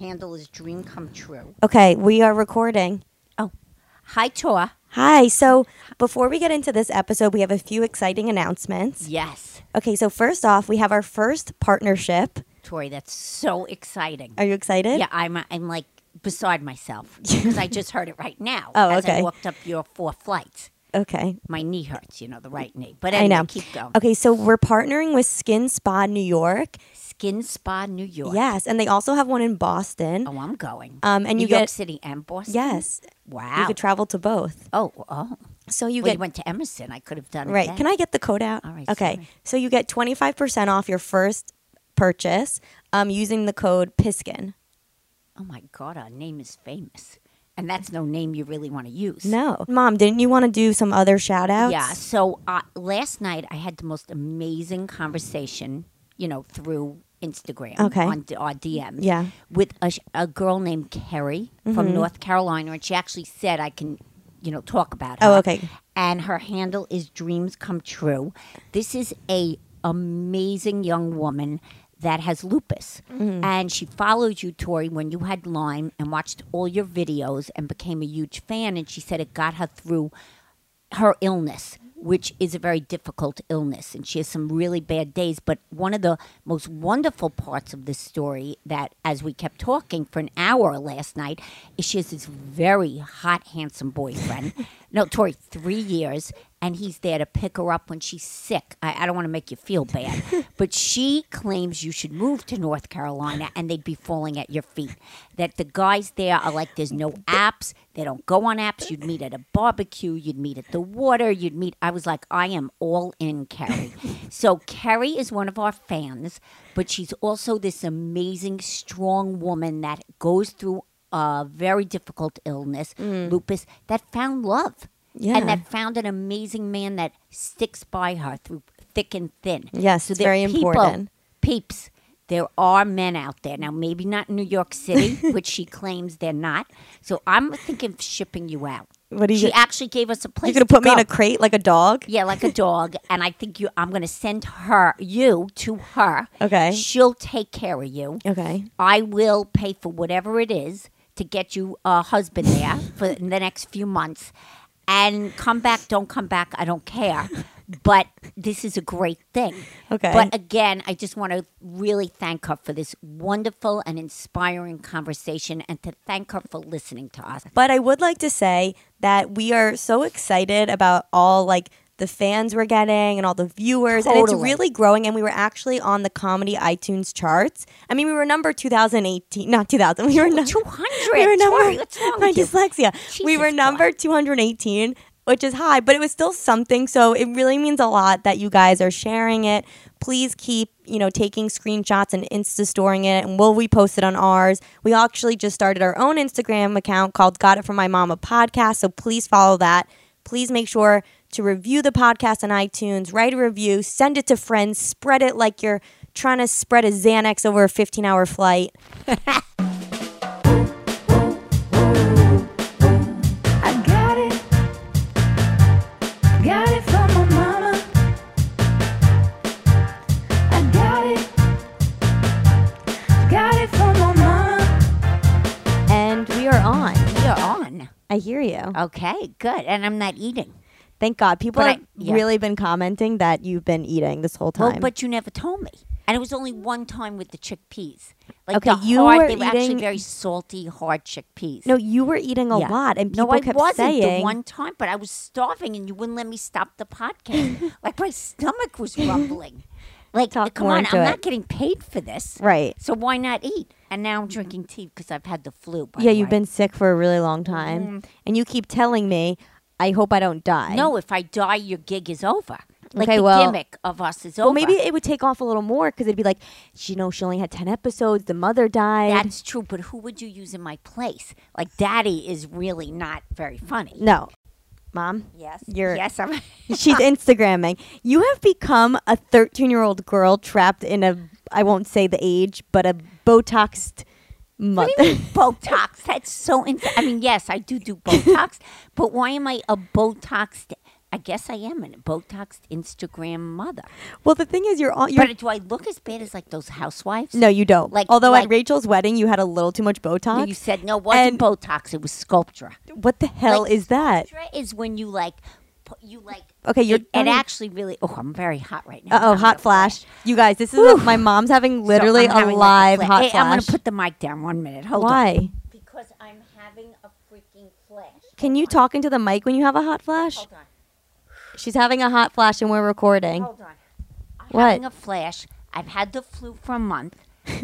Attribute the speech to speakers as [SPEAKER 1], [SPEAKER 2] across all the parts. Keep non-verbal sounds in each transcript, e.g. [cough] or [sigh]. [SPEAKER 1] handle is dream come true.
[SPEAKER 2] Okay, we are recording.
[SPEAKER 1] Hi, Tor.
[SPEAKER 2] Hi. So, before we get into this episode, we have a few exciting announcements.
[SPEAKER 1] Yes,
[SPEAKER 2] Okay, so first off, we have our first partnership.
[SPEAKER 1] Tori, that's so exciting.
[SPEAKER 2] Are you excited?
[SPEAKER 1] yeah, I'm. I'm like beside
[SPEAKER 2] [laughs]
[SPEAKER 1] myself because I just heard it right now.
[SPEAKER 2] Oh,
[SPEAKER 1] as I
[SPEAKER 2] okay.
[SPEAKER 1] walked up your four flights.
[SPEAKER 2] Okay.
[SPEAKER 1] My knee hurts, you know, the right knee. But
[SPEAKER 2] I
[SPEAKER 1] anyway,
[SPEAKER 2] know.
[SPEAKER 1] keep going.
[SPEAKER 2] Okay, so we're partnering with Skin Spa New York.
[SPEAKER 1] Skin Spa, New York.
[SPEAKER 2] Yes, and they also have one in Boston.
[SPEAKER 1] Oh, I'm going.
[SPEAKER 2] Um, and
[SPEAKER 1] New
[SPEAKER 2] you
[SPEAKER 1] York
[SPEAKER 2] get-
[SPEAKER 1] City and Boston.
[SPEAKER 2] Yes.
[SPEAKER 1] Wow.
[SPEAKER 2] You could travel to both.
[SPEAKER 1] oh, oh.
[SPEAKER 2] So you
[SPEAKER 1] You
[SPEAKER 2] get
[SPEAKER 1] went to Emerson. I could have done it
[SPEAKER 2] Right.
[SPEAKER 1] then.
[SPEAKER 2] Can I get the code out?
[SPEAKER 1] All right,
[SPEAKER 2] Okay.
[SPEAKER 1] sorry.
[SPEAKER 2] So you get 25% off your first purchase um, using the code PISKIN.
[SPEAKER 1] Oh my God, our name is famous, and that's no name you really want to use.
[SPEAKER 2] No. Mom, didn't you want to do some other shout outs?
[SPEAKER 1] Yeah. So uh, last night I had the most amazing conversation, you know, through Instagram
[SPEAKER 2] Okay.
[SPEAKER 1] on d- our DM.
[SPEAKER 2] Yeah. Mm-hmm.
[SPEAKER 1] With a, sh- a girl named Kerry from North Carolina, and she actually said I can, you know, talk about her.
[SPEAKER 2] Oh, okay.
[SPEAKER 1] And her handle is Dreams Come True. This is a amazing young woman that has lupus,
[SPEAKER 2] Mm-hmm.
[SPEAKER 1] and she followed you, Tori, when you had Lyme, and watched all your videos and became a huge fan. And she said it got her through her illness, which is a very difficult illness, and she has some really bad days. But one of the most wonderful parts of this story that, as we kept talking for an hour last night, is she has this very hot, handsome boyfriend. no, Tori, three years, and he's there to pick her up when she's sick. I, I don't want to make you feel bad, but she claims you should move to North Carolina and they'd be falling at your feet. That the guys there are like, there's no apps. They don't go on apps. You'd meet at a barbecue. You'd meet at the water. You'd meet. I was like, I am all in Carrie. so Carrie is one of our fans, but she's also this amazing, strong woman that goes through a very difficult illness, lupus, that found love
[SPEAKER 2] Yeah.
[SPEAKER 1] and that found an amazing man that sticks by her through thick and thin.
[SPEAKER 2] Yes, it's
[SPEAKER 1] there-
[SPEAKER 2] very
[SPEAKER 1] people-
[SPEAKER 2] important.
[SPEAKER 1] Peeps, there are men out there now. Maybe not in New York City,
[SPEAKER 2] [laughs]
[SPEAKER 1] which she claims they're not. So I'm thinking of shipping you out.
[SPEAKER 2] What are you
[SPEAKER 1] She
[SPEAKER 2] gonna-
[SPEAKER 1] actually gave us a place.
[SPEAKER 2] You're going to put me in
[SPEAKER 1] go.
[SPEAKER 2] a crate like a dog?
[SPEAKER 1] Yeah, like a dog. And I think you. I'm going to send her you to her.
[SPEAKER 2] Okay.
[SPEAKER 1] She'll take care of you.
[SPEAKER 2] Okay.
[SPEAKER 1] I will pay for whatever it is to get you a husband there for the next few months. And come back, don't come back, I don't care. But this is a great thing.
[SPEAKER 2] Okay.
[SPEAKER 1] But again, I just want to really thank her for this wonderful and inspiring conversation and to thank her for listening to us.
[SPEAKER 2] But I would like to say that we are so excited about all like the fans we're getting and all the viewers and it's
[SPEAKER 1] Totally.
[SPEAKER 2] really growing and we were actually on the comedy iTunes charts. I mean, we were number 2018, not 2000. We were number
[SPEAKER 1] 200.
[SPEAKER 2] we were
[SPEAKER 1] Tori,
[SPEAKER 2] number
[SPEAKER 1] what's wrong
[SPEAKER 2] [laughs] my
[SPEAKER 1] with you?
[SPEAKER 2] dyslexia. we
[SPEAKER 1] Jesus
[SPEAKER 2] were number 218, which is high, but it was still something. So it really means a lot that you guys are sharing it. Please keep, you know, taking screenshots and Insta storing it, and we'll repost it on ours. We actually just started our own Instagram account called "Got It From My Mama" podcast, so please follow that. Please make sure to review the podcast on iTunes, write a review, send it to friends, spread it like you're trying to spread a Xanax over a 15-hour flight.
[SPEAKER 3] I got it. Got it from my mama. I got it. Got it from my mama.
[SPEAKER 2] And we are on.
[SPEAKER 1] You're on.
[SPEAKER 2] I hear you.
[SPEAKER 1] Okay, good. And I'm not eating.
[SPEAKER 2] Thank God. People
[SPEAKER 1] But I-
[SPEAKER 2] have
[SPEAKER 1] yeah.
[SPEAKER 2] really been commenting that you've been eating this whole time.
[SPEAKER 1] Well, but you never told me. And it was only one time with the chickpeas. Like
[SPEAKER 2] Okay,
[SPEAKER 1] the
[SPEAKER 2] you
[SPEAKER 1] hard,
[SPEAKER 2] were
[SPEAKER 1] they were actually
[SPEAKER 2] eating-
[SPEAKER 1] very salty, hard chickpeas.
[SPEAKER 2] no, you were eating a
[SPEAKER 1] Yeah.
[SPEAKER 2] lot, and people
[SPEAKER 1] no, I
[SPEAKER 2] kept
[SPEAKER 1] wasn't
[SPEAKER 2] saying,
[SPEAKER 1] the one time, but I was starving, and you wouldn't let me stop the
[SPEAKER 2] [laughs]
[SPEAKER 1] podcast. like my stomach was rumbling. Like,
[SPEAKER 2] Talk
[SPEAKER 1] come
[SPEAKER 2] more
[SPEAKER 1] on, I'm
[SPEAKER 2] into
[SPEAKER 1] not
[SPEAKER 2] it.
[SPEAKER 1] getting paid for this,
[SPEAKER 2] "Right?
[SPEAKER 1] So why not eat? And now I'm drinking tea because I've had the flu. By
[SPEAKER 2] Yeah,
[SPEAKER 1] the
[SPEAKER 2] you've
[SPEAKER 1] way.
[SPEAKER 2] been sick for a really long time, and you keep telling me, I hope I don't die."
[SPEAKER 1] No, if I die, your gig is over. Like
[SPEAKER 2] Okay,
[SPEAKER 1] the
[SPEAKER 2] well-
[SPEAKER 1] gimmick of us is over.
[SPEAKER 2] Well, maybe it would take off a little more because it'd be like, you know, she only had ten episodes. The mother died.
[SPEAKER 1] That's true, but who would you use in my place? Like, Daddy is really not very funny.
[SPEAKER 2] no, mom. [laughs]
[SPEAKER 1] Yes.
[SPEAKER 2] You're-
[SPEAKER 1] yes,
[SPEAKER 2] [laughs]
[SPEAKER 1] I'm. [laughs]
[SPEAKER 2] She's Instagramming. You have become a 13 year old girl trapped in a, I won't say the age, but a Botoxed mother.
[SPEAKER 1] Botox. That's so. Ins- I mean, yes, I do do Botox, but why am I a Botoxed I guess I am a Botox Instagram mother.
[SPEAKER 2] Well, the thing is, you're on. You're,
[SPEAKER 1] But do I look as bad as like those housewives?
[SPEAKER 2] no, you don't.
[SPEAKER 1] Like-
[SPEAKER 2] although at
[SPEAKER 1] like-
[SPEAKER 2] Rachel's wedding, you had a little too much Botox.
[SPEAKER 1] No, you said no. It wasn't
[SPEAKER 2] And-
[SPEAKER 1] Botox. It was Sculptra.
[SPEAKER 2] what the hell
[SPEAKER 1] Like,
[SPEAKER 2] is that?
[SPEAKER 1] Sculptra is when you like, pu- you like.
[SPEAKER 2] Okay, you're-
[SPEAKER 1] It, it actually really. Oh, I'm very hot right now.
[SPEAKER 2] Uh oh,
[SPEAKER 1] I'm
[SPEAKER 2] hot
[SPEAKER 1] gonna
[SPEAKER 2] flash. You guys, this is my mom's
[SPEAKER 1] So
[SPEAKER 2] having literally
[SPEAKER 1] I'm having,
[SPEAKER 2] a
[SPEAKER 1] like,
[SPEAKER 2] live
[SPEAKER 1] fla-
[SPEAKER 2] hot
[SPEAKER 1] Hey,
[SPEAKER 2] flash.
[SPEAKER 1] I'm gonna put the mic down one minute. Hold on.
[SPEAKER 2] Why?
[SPEAKER 1] Because I'm having a freaking flash.
[SPEAKER 2] Can you talk into the mic when you have a hot flash?
[SPEAKER 1] Hold on.
[SPEAKER 2] She's having a hot flash and we're recording.
[SPEAKER 1] Hold on. I'm
[SPEAKER 2] What?
[SPEAKER 1] having a flash. I've had the flu for a month.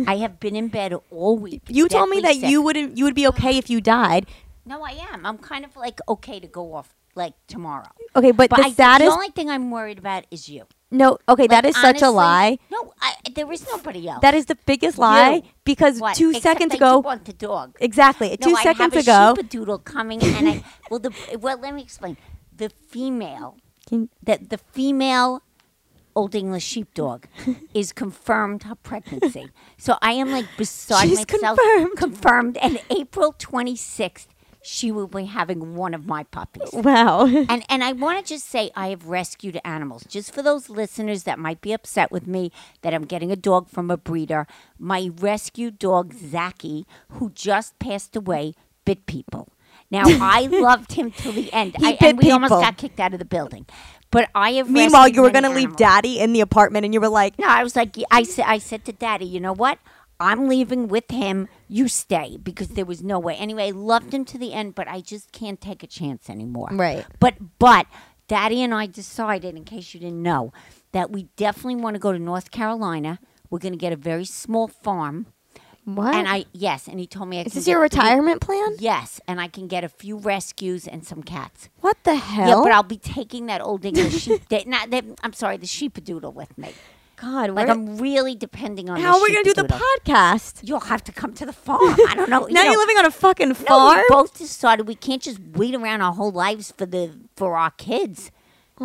[SPEAKER 2] [laughs]
[SPEAKER 1] I have been in bed all week.
[SPEAKER 2] You told me that
[SPEAKER 1] deathly
[SPEAKER 2] you
[SPEAKER 1] sick.
[SPEAKER 2] wouldn't you would be okay if you died.
[SPEAKER 1] No, I am. I'm kind of like okay to go off like tomorrow.
[SPEAKER 2] Okay, but,
[SPEAKER 1] But
[SPEAKER 2] the
[SPEAKER 1] I,
[SPEAKER 2] saddest
[SPEAKER 1] the only thing I'm worried about is you.
[SPEAKER 2] No, okay, that
[SPEAKER 1] Like,
[SPEAKER 2] is such a
[SPEAKER 1] honestly,
[SPEAKER 2] lie.
[SPEAKER 1] No, I, there is nobody else.
[SPEAKER 2] That is the biggest lie
[SPEAKER 1] You.
[SPEAKER 2] because
[SPEAKER 1] What?
[SPEAKER 2] 2
[SPEAKER 1] Except
[SPEAKER 2] seconds
[SPEAKER 1] I
[SPEAKER 2] ago
[SPEAKER 1] do want the dog.
[SPEAKER 2] Exactly.
[SPEAKER 1] No,
[SPEAKER 2] 2
[SPEAKER 1] I
[SPEAKER 2] seconds
[SPEAKER 1] have
[SPEAKER 2] ago.
[SPEAKER 1] a doodle coming, and
[SPEAKER 2] [laughs]
[SPEAKER 1] I well, the well, let me explain. The female
[SPEAKER 2] Can-
[SPEAKER 1] that the female old English
[SPEAKER 2] [laughs]
[SPEAKER 1] sheepdog is confirmed her pregnancy. So I am like beside
[SPEAKER 2] She's
[SPEAKER 1] myself.
[SPEAKER 2] confirmed.
[SPEAKER 1] Confirmed. And April twenty sixth, she will be having one of my puppies.
[SPEAKER 2] wow. [laughs]
[SPEAKER 1] And and I want to just say I have rescued animals. Just for those listeners that might be upset with me that I'm getting a dog from a breeder, my rescue dog Zaki, who just passed away, bit people.
[SPEAKER 2] [laughs]
[SPEAKER 1] Now I loved him till the end.
[SPEAKER 2] He
[SPEAKER 1] I,
[SPEAKER 2] bit
[SPEAKER 1] and we almost
[SPEAKER 2] people.
[SPEAKER 1] got kicked out of the building. But I have.
[SPEAKER 2] Meanwhile,
[SPEAKER 1] rescued
[SPEAKER 2] you were
[SPEAKER 1] many
[SPEAKER 2] going to leave
[SPEAKER 1] animals.
[SPEAKER 2] daddy in the apartment and you were like,
[SPEAKER 1] No, I was like, I said, I said to Daddy, you know what? I'm leaving with him. You stay because there was no way. Anyway, I loved him to the end, but I just can't take a chance anymore.
[SPEAKER 2] Right.
[SPEAKER 1] But but Daddy and I decided, in case you didn't know, that we definitely want to go to North Carolina. We're going to get a very small farm,
[SPEAKER 2] "What?
[SPEAKER 1] and I yes, and he told me I
[SPEAKER 2] is
[SPEAKER 1] can
[SPEAKER 2] this your
[SPEAKER 1] get three-
[SPEAKER 2] retirement plan?
[SPEAKER 1] Yes, and I can get a few rescues and some cats.
[SPEAKER 2] What the hell?"
[SPEAKER 1] Yeah, but I'll be taking that old English sheep.
[SPEAKER 2] [laughs]
[SPEAKER 1] not that, I'm sorry, the sheepadoodle with me.
[SPEAKER 2] God,
[SPEAKER 1] Like
[SPEAKER 2] we're-
[SPEAKER 1] I'm really depending on.
[SPEAKER 2] how are we going to do the
[SPEAKER 1] sheepadoodle.
[SPEAKER 2] podcast?
[SPEAKER 1] [laughs] You'll have to come to the farm. I don't know.
[SPEAKER 2] [laughs] Now
[SPEAKER 1] you
[SPEAKER 2] you're
[SPEAKER 1] know,
[SPEAKER 2] living on a fucking
[SPEAKER 1] no,
[SPEAKER 2] farm.
[SPEAKER 1] We both decided we can't just wait around our whole lives for the for our kids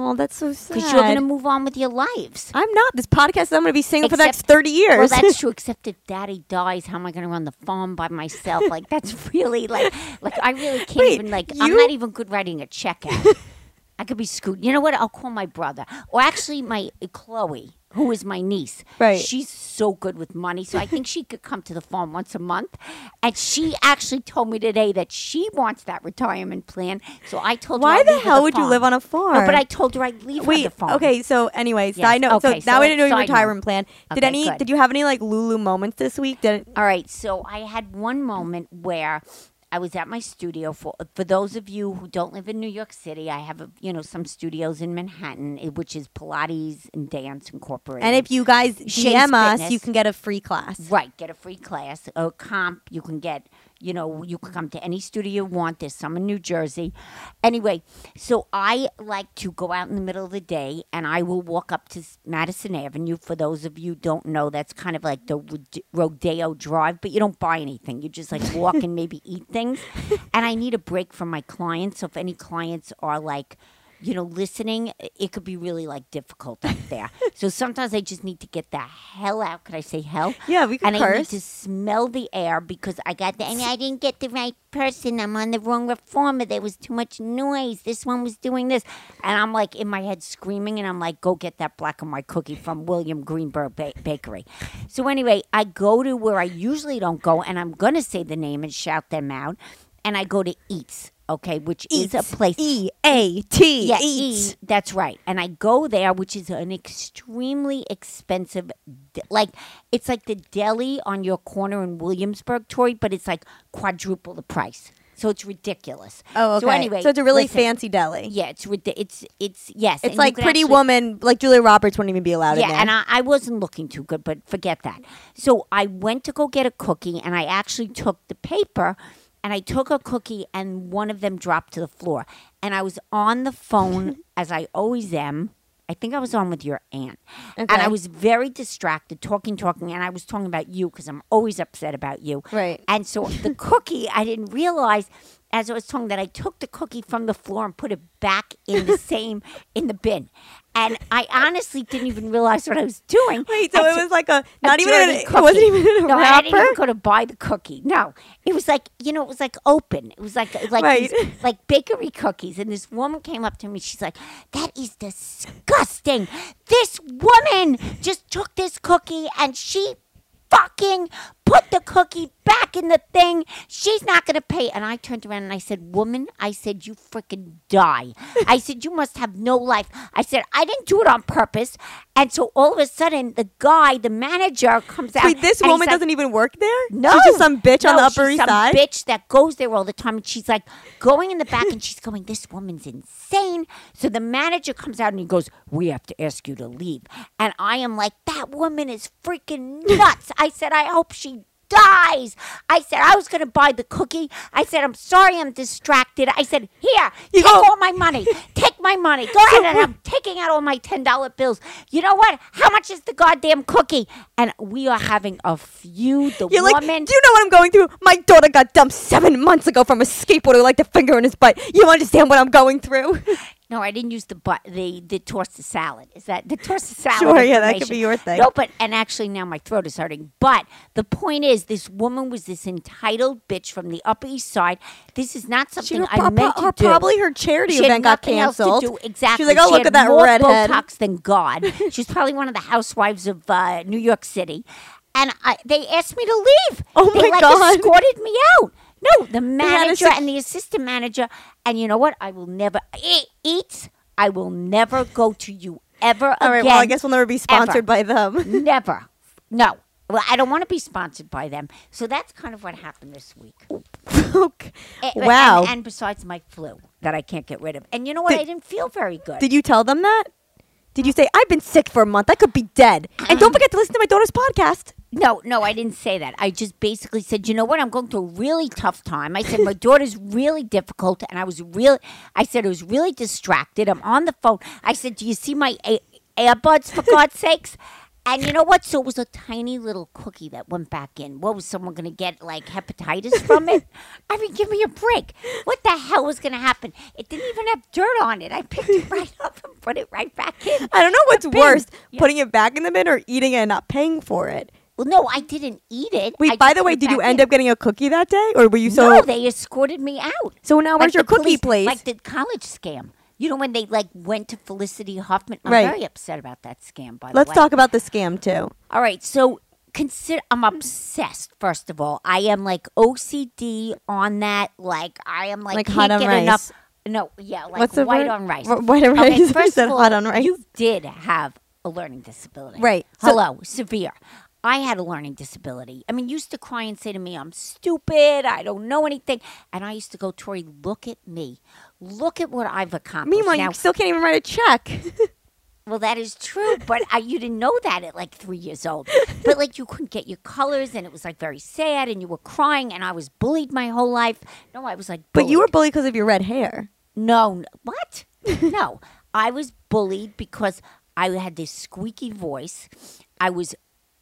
[SPEAKER 2] oh, that's so sad.
[SPEAKER 1] because you're going to move on with your lives.
[SPEAKER 2] I'm not. This podcast is I'm going to be singing for the next
[SPEAKER 1] Except-
[SPEAKER 2] 30 years.
[SPEAKER 1] Well,
[SPEAKER 2] [laughs]
[SPEAKER 1] that's true. Except if Daddy dies, how am I going to run the farm by myself? Like that's [laughs] really like like I really can't
[SPEAKER 2] Wait,
[SPEAKER 1] even like
[SPEAKER 2] you-
[SPEAKER 1] I'm not even good writing a check out.
[SPEAKER 2] [laughs]
[SPEAKER 1] I could be screwed. You know what? I'll call my brother, or actually my uh, Chloe, who is my niece.
[SPEAKER 2] Right.
[SPEAKER 1] She's so good with money, so I think she could come to the farm once a month. And she actually told me today that she wants that retirement plan. So I told her.
[SPEAKER 2] Why
[SPEAKER 1] I'll
[SPEAKER 2] the
[SPEAKER 1] leave her
[SPEAKER 2] hell would you
[SPEAKER 1] farm.
[SPEAKER 2] live on a
[SPEAKER 1] No,
[SPEAKER 2] farm?
[SPEAKER 1] but I told her I'd leave her
[SPEAKER 2] Wait.
[SPEAKER 1] the farm.
[SPEAKER 2] Okay. So anyway,
[SPEAKER 1] Yes,
[SPEAKER 2] side note.
[SPEAKER 1] okay,
[SPEAKER 2] so now
[SPEAKER 1] so
[SPEAKER 2] we didn't know your
[SPEAKER 1] side note.
[SPEAKER 2] retirement plan. Did
[SPEAKER 1] Okay,
[SPEAKER 2] any?
[SPEAKER 1] good.
[SPEAKER 2] Did you have any like Lulu moments this week? Did
[SPEAKER 1] All right, so I had one moment where I was at my studio for for those of you who don't live in New York City, I have a, you know some studios in Manhattan, eh, which is Pilates and Dance Incorporated.
[SPEAKER 2] and if you guys
[SPEAKER 1] Shane's
[SPEAKER 2] DM us,
[SPEAKER 1] Fitness.
[SPEAKER 2] you can get a free class.
[SPEAKER 1] right get a free class, a comp, you can get you know you can come to any studio you want. There's some in New Jersey. Anyway, so I like to go out in the middle of the day, and I will walk up to s- Madison Avenue. For those of you who don't know, that's kind of like the Rod- Rodeo Drive, but you don't buy anything. You just like walk and maybe eat things. And I need a break from my clients. So if any clients are like, you know, listening, i- it could be really like difficult up there. so sometimes I just need to get the hell out. Could I say hell?
[SPEAKER 2] Yeah, we can
[SPEAKER 1] and I need
[SPEAKER 2] curse.
[SPEAKER 1] to smell the air because I got the and I didn't get the right person. I'm on the wrong reformer. There was too much noise. This one was doing this, and I'm like in my head screaming, and I'm like, "Go get that black and white cookie from William Greenberg ba- Bakery." So anyway, I go to where I usually don't go, and I'm gonna say the name and shout them out, and I go to Eats, okay, which is a place.
[SPEAKER 2] E A T.
[SPEAKER 1] Yeah, E.
[SPEAKER 2] Eats.
[SPEAKER 1] eat. That's right. And I go there, which is an extremely expensive, de- like it's like the deli on your corner in Williamsburg, Tory, but it's like quadruple the price. So it's ridiculous.
[SPEAKER 2] Oh, okay.
[SPEAKER 1] So anyway,
[SPEAKER 2] so it's a really
[SPEAKER 1] listen,
[SPEAKER 2] fancy deli.
[SPEAKER 1] Yeah, it's ridi- it's it's yes. and
[SPEAKER 2] It's
[SPEAKER 1] you
[SPEAKER 2] like
[SPEAKER 1] could
[SPEAKER 2] Pretty
[SPEAKER 1] actually-
[SPEAKER 2] Woman, like Julia Roberts wouldn't even be allowed in
[SPEAKER 1] yeah,
[SPEAKER 2] there.
[SPEAKER 1] and I, I wasn't looking too good, but forget that. So I went to go get a cookie, and I actually took the paper, and I took a cookie, and one of them dropped to the floor. And I was on the phone, as I always am. I think I was on with your aunt. And
[SPEAKER 2] Okay.
[SPEAKER 1] I was very distracted, talking, talking, and I was talking about you because I'm always upset about you.
[SPEAKER 2] Right.
[SPEAKER 1] And so the cookie, I didn't realize as I was talking that I took the cookie from the floor and put it back in
[SPEAKER 2] [laughs]
[SPEAKER 1] the same in the bin. And I honestly didn't even realize what I was doing.
[SPEAKER 2] Wait, [laughs] so
[SPEAKER 1] And
[SPEAKER 2] it was like a not even
[SPEAKER 1] dirty
[SPEAKER 2] a, it wasn't
[SPEAKER 1] cookie.
[SPEAKER 2] even a
[SPEAKER 1] no, I didn't even
[SPEAKER 2] wrapper.
[SPEAKER 1] go to buy the cookie. No, it was like you know, it was like open. It was like like
[SPEAKER 2] Right.
[SPEAKER 1] these, like bakery cookies. And this woman came up to me. She's like, "That is disgusting. This woman just took this cookie and she fucking put the cookie back in the thing. She's not gonna pay." And I turned around and I said, "Woman, I said you freaking die. I said you must have no life. I said I didn't do it on purpose." And so all of a sudden, the guy, the manager, comes out.
[SPEAKER 2] Wait, this
[SPEAKER 1] and he's
[SPEAKER 2] woman
[SPEAKER 1] like,
[SPEAKER 2] doesn't even work there.
[SPEAKER 1] no,
[SPEAKER 2] she's just some bitch on
[SPEAKER 1] No,
[SPEAKER 2] the Upper
[SPEAKER 1] she's
[SPEAKER 2] East
[SPEAKER 1] some
[SPEAKER 2] Side.
[SPEAKER 1] Bitch that goes there all the time, and she's like going in the back, and she's going, "This woman's insane." So the manager comes out and he goes, "We have to ask you to leave," and I am like, "That woman is freaking nuts." I said, "I hope she." Dies. I said I was gonna buy the cookie. I said I'm sorry I'm distracted. I said here, take
[SPEAKER 2] You go-
[SPEAKER 1] all my money. Take my money. Go ahead and I'm taking out all my ten dollar bills. You know what? How much is the goddamn cookie? And we are having a feud. The
[SPEAKER 2] You're like,
[SPEAKER 1] woman.
[SPEAKER 2] do you know what I'm going through? My daughter got dumped seven months ago from a skateboarder who liked a finger in his butt. You understand what I'm
[SPEAKER 1] [laughs]
[SPEAKER 2] going through?
[SPEAKER 1] No, I didn't use the but the the torsa salad. Is that the
[SPEAKER 2] [laughs]
[SPEAKER 1] torsa salad?
[SPEAKER 2] Sure, yeah, that could
[SPEAKER 1] information.
[SPEAKER 2] be your thing.
[SPEAKER 1] No, but and actually now my throat is hurting. But the point is, this woman was this entitled bitch from the Upper East Side. This is not something I
[SPEAKER 2] prob-
[SPEAKER 1] meant to
[SPEAKER 2] her-
[SPEAKER 1] do.
[SPEAKER 2] probably her charity
[SPEAKER 1] She had
[SPEAKER 2] event got
[SPEAKER 1] nothing else to
[SPEAKER 2] canceled.
[SPEAKER 1] do. Exactly.
[SPEAKER 2] She's like, oh
[SPEAKER 1] She
[SPEAKER 2] look
[SPEAKER 1] had
[SPEAKER 2] at that
[SPEAKER 1] more
[SPEAKER 2] redhead.
[SPEAKER 1] Botox than God. [laughs] She's probably one of the housewives of uh, New York City. And I, they asked me to leave.
[SPEAKER 2] Oh
[SPEAKER 1] they
[SPEAKER 2] my
[SPEAKER 1] like
[SPEAKER 2] God.
[SPEAKER 1] escorted me out. No, the
[SPEAKER 2] had a
[SPEAKER 1] manager
[SPEAKER 2] sec-
[SPEAKER 1] and the assistant manager. And you know what? I will never eat. eats. I will never go to you ever
[SPEAKER 2] All right,
[SPEAKER 1] again.
[SPEAKER 2] well I guess we'll never be sponsored
[SPEAKER 1] ever.
[SPEAKER 2] by
[SPEAKER 1] [laughs]
[SPEAKER 2] them. [laughs]
[SPEAKER 1] never. No. Well, I don't want to be sponsored by them. So that's kind of what happened this week.
[SPEAKER 2] Okay.
[SPEAKER 1] Eh,
[SPEAKER 2] wow.
[SPEAKER 1] And, and besides my flu that I can't get rid of. And you know what?
[SPEAKER 2] Did-
[SPEAKER 1] I didn't feel very good.
[SPEAKER 2] Did you tell them that? Did you say I've been sick for a month? I could be dead. And don't forget to listen to my daughter's podcast.
[SPEAKER 1] No, no, I didn't say that. I just basically said, you know what? I'm going through a really tough time. I said,
[SPEAKER 2] [laughs]
[SPEAKER 1] my daughter's really difficult. And I was really, I said, I was really distracted. I'm on the phone. I said, do you see my a- earbuds,
[SPEAKER 2] [laughs]
[SPEAKER 1] for God's sakes? And you know what? So it was a tiny little cookie that went back in. What was someone going to get, like hepatitis from it? I mean, give me a break. What the hell was going to happen? It didn't even have dirt on it. I picked it right up and put it right back in.
[SPEAKER 2] I don't know what's
[SPEAKER 1] bin.
[SPEAKER 2] worse,
[SPEAKER 1] Yeah.
[SPEAKER 2] putting it back in the bin or eating it and not paying for it.
[SPEAKER 1] Well, no, I didn't eat it.
[SPEAKER 2] Wait,
[SPEAKER 1] I
[SPEAKER 2] by
[SPEAKER 1] just
[SPEAKER 2] the
[SPEAKER 1] put
[SPEAKER 2] way,
[SPEAKER 1] it
[SPEAKER 2] did you
[SPEAKER 1] back
[SPEAKER 2] end
[SPEAKER 1] in.
[SPEAKER 2] up getting a cookie that day, or were you so?
[SPEAKER 1] no, they escorted me out.
[SPEAKER 2] so now where's
[SPEAKER 1] Like
[SPEAKER 2] your
[SPEAKER 1] the
[SPEAKER 2] cookie
[SPEAKER 1] police-
[SPEAKER 2] place?
[SPEAKER 1] Like the college scam. You know when they like went to Felicity Huffman. I'm
[SPEAKER 2] Right.
[SPEAKER 1] very upset about that scam. By
[SPEAKER 2] Let's
[SPEAKER 1] the way,
[SPEAKER 2] talk about the scam too.
[SPEAKER 1] All right, so consider I'm obsessed. First of all, I am like OCD on that. Like I am like,
[SPEAKER 2] Like
[SPEAKER 1] can't
[SPEAKER 2] hot on
[SPEAKER 1] get
[SPEAKER 2] rice.
[SPEAKER 1] enough. No, yeah, like
[SPEAKER 2] What's the
[SPEAKER 1] white
[SPEAKER 2] word?
[SPEAKER 1] on rice.
[SPEAKER 2] Wh- white on
[SPEAKER 1] Okay,
[SPEAKER 2] rice. [laughs] You
[SPEAKER 1] first
[SPEAKER 2] said
[SPEAKER 1] of all,
[SPEAKER 2] hot on rice.
[SPEAKER 1] You did have a learning disability,
[SPEAKER 2] Right, so-
[SPEAKER 1] Hello, severe. I had a learning disability. I mean, you used to cry and say to me, "I'm stupid. I don't know anything," and I used to go, "Tori, look at me. Look at what I've accomplished."
[SPEAKER 2] Meanwhile,
[SPEAKER 1] now,
[SPEAKER 2] you still can't even write
[SPEAKER 1] [laughs]
[SPEAKER 2] a check.
[SPEAKER 1] well, that is true, but I, you didn't know that at like three years old. But like you couldn't get your colors, and it was like very sad, and you were crying, and I was bullied my whole life. No, I was like,
[SPEAKER 2] but you were
[SPEAKER 1] bullied.
[SPEAKER 2] bullied because of your red hair.
[SPEAKER 1] no, n-
[SPEAKER 2] [laughs]
[SPEAKER 1] what? no, I was bullied because I had this squeaky voice. I was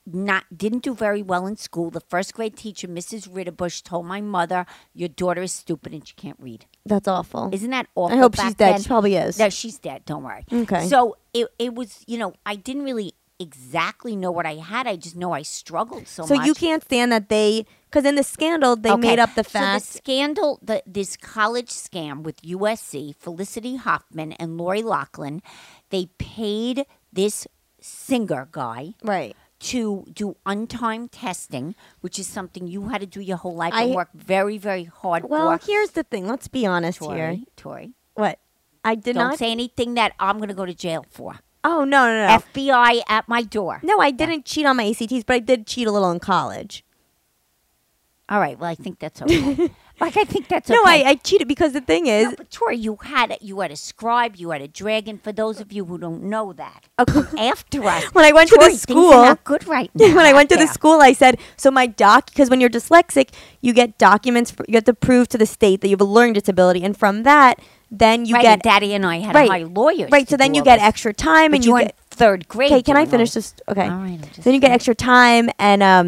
[SPEAKER 1] not didn't do very well in school. The first grade teacher, Mrs. Ritterbush, told my mother, "Your daughter is stupid and she can't read."
[SPEAKER 2] That's awful.
[SPEAKER 1] Isn't that awful?
[SPEAKER 2] I hope
[SPEAKER 1] back
[SPEAKER 2] she's dead.
[SPEAKER 1] then?
[SPEAKER 2] She probably is.
[SPEAKER 1] No, she's dead. Don't worry.
[SPEAKER 2] Okay.
[SPEAKER 1] So it, it was, you know, I didn't really exactly know what I had. I just know I struggled so,
[SPEAKER 2] so
[SPEAKER 1] much.
[SPEAKER 2] you can't stand that they, because in the scandal they
[SPEAKER 1] Okay.
[SPEAKER 2] made up the fact.
[SPEAKER 1] So the scandal, the, this college scam with USC, Felicity Hoffman and Lori Lachlan, they paid this singer guy
[SPEAKER 2] right.
[SPEAKER 1] to do untimed testing, which is something you had to do your whole life
[SPEAKER 2] I-
[SPEAKER 1] and work very, very hard
[SPEAKER 2] Well,
[SPEAKER 1] for.
[SPEAKER 2] here's the thing. Let's be honest here.
[SPEAKER 1] Tori, Tori,
[SPEAKER 2] What? I did
[SPEAKER 1] don't
[SPEAKER 2] not.
[SPEAKER 1] say anything that I'm going to go to jail for.
[SPEAKER 2] oh no no no.
[SPEAKER 1] FBI at my door.
[SPEAKER 2] no, I didn't cheat on my ACTs, but I did cheat a little in college.
[SPEAKER 1] All right. Well, I think that's okay. [laughs] like I think that's
[SPEAKER 2] No, I,
[SPEAKER 1] okay.
[SPEAKER 2] I cheated because the thing is,
[SPEAKER 1] No, but Tori, you had a, you had a scribe, you had a dragon. For those of you who don't know that, after us,
[SPEAKER 2] Oh. [laughs] when I went to
[SPEAKER 1] Tori,
[SPEAKER 2] the
[SPEAKER 1] things are
[SPEAKER 2] school,
[SPEAKER 1] not good right now.
[SPEAKER 2] [laughs] when I
[SPEAKER 1] out
[SPEAKER 2] went to the
[SPEAKER 1] there.
[SPEAKER 2] school, I said, so my doc, because when you're dyslexic, you get documents, for, you have to prove to the state that you have a learning disability, and from that, then you
[SPEAKER 1] right,
[SPEAKER 2] get
[SPEAKER 1] and Daddy and I had
[SPEAKER 2] right,
[SPEAKER 1] to hire lawyers.
[SPEAKER 2] right.
[SPEAKER 1] to
[SPEAKER 2] So then
[SPEAKER 1] do
[SPEAKER 2] you
[SPEAKER 1] all
[SPEAKER 2] get
[SPEAKER 1] this.
[SPEAKER 2] extra time,
[SPEAKER 1] But
[SPEAKER 2] and you
[SPEAKER 1] you're in
[SPEAKER 2] get
[SPEAKER 1] third grade.
[SPEAKER 2] okay. Can I
[SPEAKER 1] doing all
[SPEAKER 2] finish
[SPEAKER 1] this?
[SPEAKER 2] this? Okay.
[SPEAKER 1] All right, I'm just
[SPEAKER 2] then you get
[SPEAKER 1] saying.
[SPEAKER 2] extra time, and um,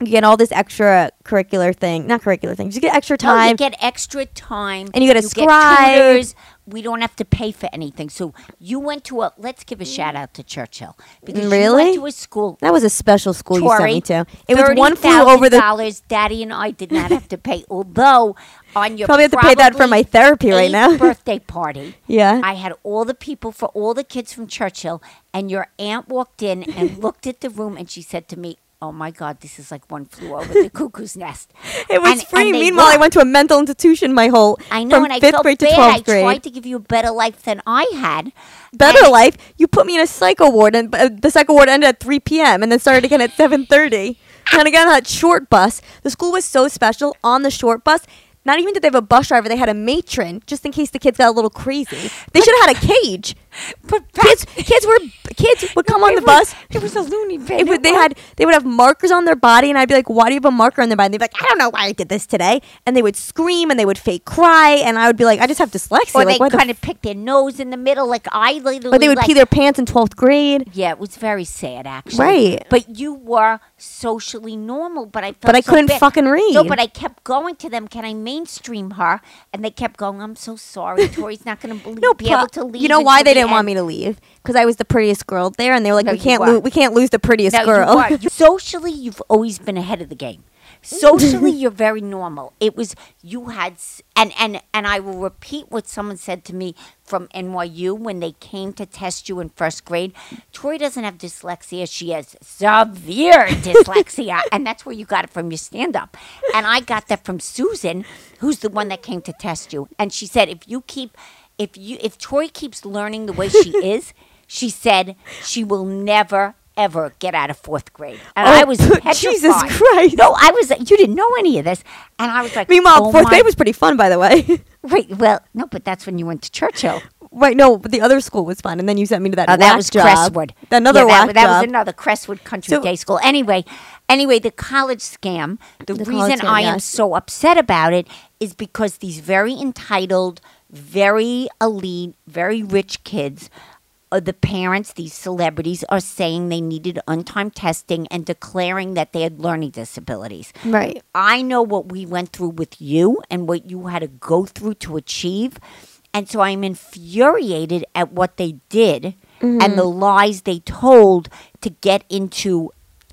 [SPEAKER 2] you get all this extra curricular thing, not curricular thing. Just get extra
[SPEAKER 1] No,
[SPEAKER 2] time.
[SPEAKER 1] you get extra time,
[SPEAKER 2] And you get a scribe.
[SPEAKER 1] tutors. We don't have to pay for anything. So you went to a. Let's give a shout out to Churchill because you
[SPEAKER 2] Mm. Really?
[SPEAKER 1] went to a school.
[SPEAKER 2] that was a special school you sent
[SPEAKER 1] Tori,
[SPEAKER 2] me to. It was one flew over the.
[SPEAKER 1] dollars. Daddy and I did not have to pay. Although on your
[SPEAKER 2] Probably have to pay that for my
[SPEAKER 1] probably
[SPEAKER 2] therapy right
[SPEAKER 1] eighth
[SPEAKER 2] now. [laughs]
[SPEAKER 1] birthday party.
[SPEAKER 2] Yeah.
[SPEAKER 1] I had all the people for all the kids from Churchill, and your aunt walked in
[SPEAKER 2] [laughs]
[SPEAKER 1] and looked at the room, and she said to me, "Oh my God, this is like one flew over
[SPEAKER 2] [laughs]
[SPEAKER 1] the cuckoo's nest."
[SPEAKER 2] It was
[SPEAKER 1] And-
[SPEAKER 2] free.
[SPEAKER 1] and they
[SPEAKER 2] Meanwhile, I
[SPEAKER 1] were.
[SPEAKER 2] went to a mental institution my whole
[SPEAKER 1] I know,
[SPEAKER 2] from
[SPEAKER 1] and I
[SPEAKER 2] fifth
[SPEAKER 1] felt
[SPEAKER 2] grade
[SPEAKER 1] bad.
[SPEAKER 2] to twelfth
[SPEAKER 1] I
[SPEAKER 2] grade.
[SPEAKER 1] tried to give you a better life than I had.
[SPEAKER 2] Better
[SPEAKER 1] and-
[SPEAKER 2] life. You put me in a psycho ward, and uh, the psycho ward ended at 3 p.m. and then started again at 7:30. And again on that short bus. The school was so special on the short bus. Not even did they have a bus driver; they had a matron just in case the kids got a little crazy. They should have had a cage.
[SPEAKER 1] [laughs] But
[SPEAKER 2] Kids, kids were kids
[SPEAKER 1] [laughs]
[SPEAKER 2] would come on the bus.
[SPEAKER 1] It was a loony bin.
[SPEAKER 2] It would, they had they would have markers on their body, and I'd be like, "Why do you have a marker on their body?" And they'd be like, "I don't know why I did this today." And they would scream and they would fake cry, and I would be like, "I just have dyslexia."
[SPEAKER 1] Or
[SPEAKER 2] like,
[SPEAKER 1] they
[SPEAKER 2] what the
[SPEAKER 1] kind of picked their nose in the middle, like I literally.
[SPEAKER 2] or they would
[SPEAKER 1] like,
[SPEAKER 2] pee their pants in twelfth grade.
[SPEAKER 1] Yeah, it was very sad, actually.
[SPEAKER 2] Right.
[SPEAKER 1] But you were socially normal, but I felt
[SPEAKER 2] But I
[SPEAKER 1] so
[SPEAKER 2] couldn't
[SPEAKER 1] bad.
[SPEAKER 2] fucking read.
[SPEAKER 1] No, but I kept going to them. Can I mainstream her? And they kept going. I'm so sorry, Tori's not
[SPEAKER 2] [laughs]
[SPEAKER 1] going to believe.
[SPEAKER 2] No,
[SPEAKER 1] be able
[SPEAKER 2] pro-
[SPEAKER 1] to leave.
[SPEAKER 2] you know why
[SPEAKER 1] until
[SPEAKER 2] they
[SPEAKER 1] the
[SPEAKER 2] didn't want
[SPEAKER 1] end."
[SPEAKER 2] me to leave? Because I was the prettiest girl there, and they were like,
[SPEAKER 1] No,
[SPEAKER 2] "We
[SPEAKER 1] you
[SPEAKER 2] can't
[SPEAKER 1] were.
[SPEAKER 2] lose. We can't lose the prettiest
[SPEAKER 1] No,
[SPEAKER 2] girl."
[SPEAKER 1] You
[SPEAKER 2] [laughs]
[SPEAKER 1] are. You- socially, you've always been ahead of the game. Socially, you're very normal. It was you had, s- and and and I will repeat what someone said to me from NYU when they came to test you in first grade. Tori doesn't have dyslexia; she has severe dyslexia, and that's where you got it from your stand-up. And I got that from Susan, who's the one that came to test you, and she said, if you keep, if you, if Tori keeps learning the way she is. She said she will never ever get out of fourth grade. And
[SPEAKER 2] Oh,
[SPEAKER 1] I was petrified.
[SPEAKER 2] Jesus Christ.
[SPEAKER 1] No, I was. You didn't know any of this, and I was like,
[SPEAKER 2] Meanwhile,
[SPEAKER 1] oh
[SPEAKER 2] fourth
[SPEAKER 1] my-
[SPEAKER 2] grade was pretty fun, by the way. [laughs]
[SPEAKER 1] right. Well, no, but that's when you went to Churchill.
[SPEAKER 2] right? No, but the other school was fun, and then you sent me to that.
[SPEAKER 1] Oh,
[SPEAKER 2] whack
[SPEAKER 1] that was
[SPEAKER 2] job.
[SPEAKER 1] Crestwood.
[SPEAKER 2] Another
[SPEAKER 1] yeah, that,
[SPEAKER 2] whack
[SPEAKER 1] that
[SPEAKER 2] job.
[SPEAKER 1] was another Crestwood Country
[SPEAKER 2] So-
[SPEAKER 1] Day School. Anyway, anyway, the college scam. The,
[SPEAKER 2] The college
[SPEAKER 1] reason
[SPEAKER 2] scam,
[SPEAKER 1] I am
[SPEAKER 2] yes.
[SPEAKER 1] so upset about it is because these very entitled, very elite, very rich kids. Uh, the parents, these celebrities, are saying they needed on time testing and declaring that they had learning disabilities.
[SPEAKER 2] right.
[SPEAKER 1] I know what we went through with you and what you had to go through to achieve. And so I'm infuriated at what they did and the
[SPEAKER 2] Mm-hmm.
[SPEAKER 1] lies they told to get into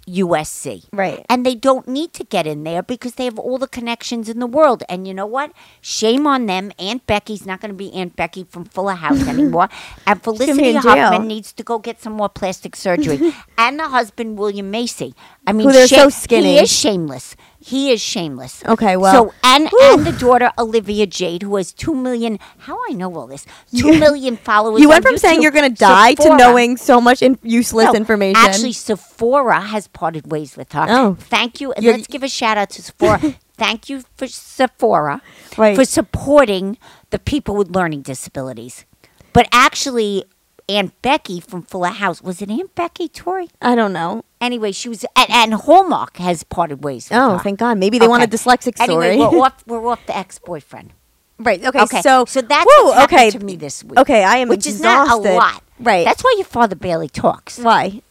[SPEAKER 1] USC.
[SPEAKER 2] Right.
[SPEAKER 1] And they don't need to get in there because they have all the connections in the world. And you know what? Shame on them. Aunt Becky's not going to be Aunt Becky from Fuller
[SPEAKER 2] [laughs]
[SPEAKER 1] House anymore. and Felicity
[SPEAKER 2] in jail.
[SPEAKER 1] Huffman needs to go get some more plastic
[SPEAKER 2] [laughs]
[SPEAKER 1] surgery. and the husband, William Macy. I mean,
[SPEAKER 2] Who they're
[SPEAKER 1] shame-
[SPEAKER 2] so skinny.
[SPEAKER 1] He is shameless. He is shameless.
[SPEAKER 2] Okay, well-
[SPEAKER 1] so and and the daughter Olivia Jade, who has two million. How I know all this? Two million followers.
[SPEAKER 2] You
[SPEAKER 1] on
[SPEAKER 2] went from saying
[SPEAKER 1] YouTube.
[SPEAKER 2] you're going to die
[SPEAKER 1] Sephora-
[SPEAKER 2] to knowing so much in- useless
[SPEAKER 1] No,
[SPEAKER 2] information.
[SPEAKER 1] Actually, Sephora has parted ways with her.
[SPEAKER 2] Oh.
[SPEAKER 1] thank you, and
[SPEAKER 2] You're-
[SPEAKER 1] let's give a shout out to
[SPEAKER 2] [laughs]
[SPEAKER 1] Sephora. thank you for Sephora
[SPEAKER 2] Right.
[SPEAKER 1] for supporting the people with learning disabilities. But actually, Aunt Becky from Fuller House was it Aunt Becky Tori?
[SPEAKER 2] I don't know.
[SPEAKER 1] Anyway, she was, and, and Hallmark has parted ways. With
[SPEAKER 2] Oh,
[SPEAKER 1] her.
[SPEAKER 2] thank God. Maybe they want a
[SPEAKER 1] Okay.
[SPEAKER 2] dyslexic story.
[SPEAKER 1] Anyway, we're off. We're off the ex-boyfriend.
[SPEAKER 2] [laughs] right. Okay,
[SPEAKER 1] Okay,
[SPEAKER 2] So
[SPEAKER 1] so that's
[SPEAKER 2] Whoa,
[SPEAKER 1] what's happened
[SPEAKER 2] okay.
[SPEAKER 1] to me this week.
[SPEAKER 2] Okay, I am
[SPEAKER 1] which is not a
[SPEAKER 2] exhausted.
[SPEAKER 1] lot.
[SPEAKER 2] Right.
[SPEAKER 1] That's why your father barely talks
[SPEAKER 2] why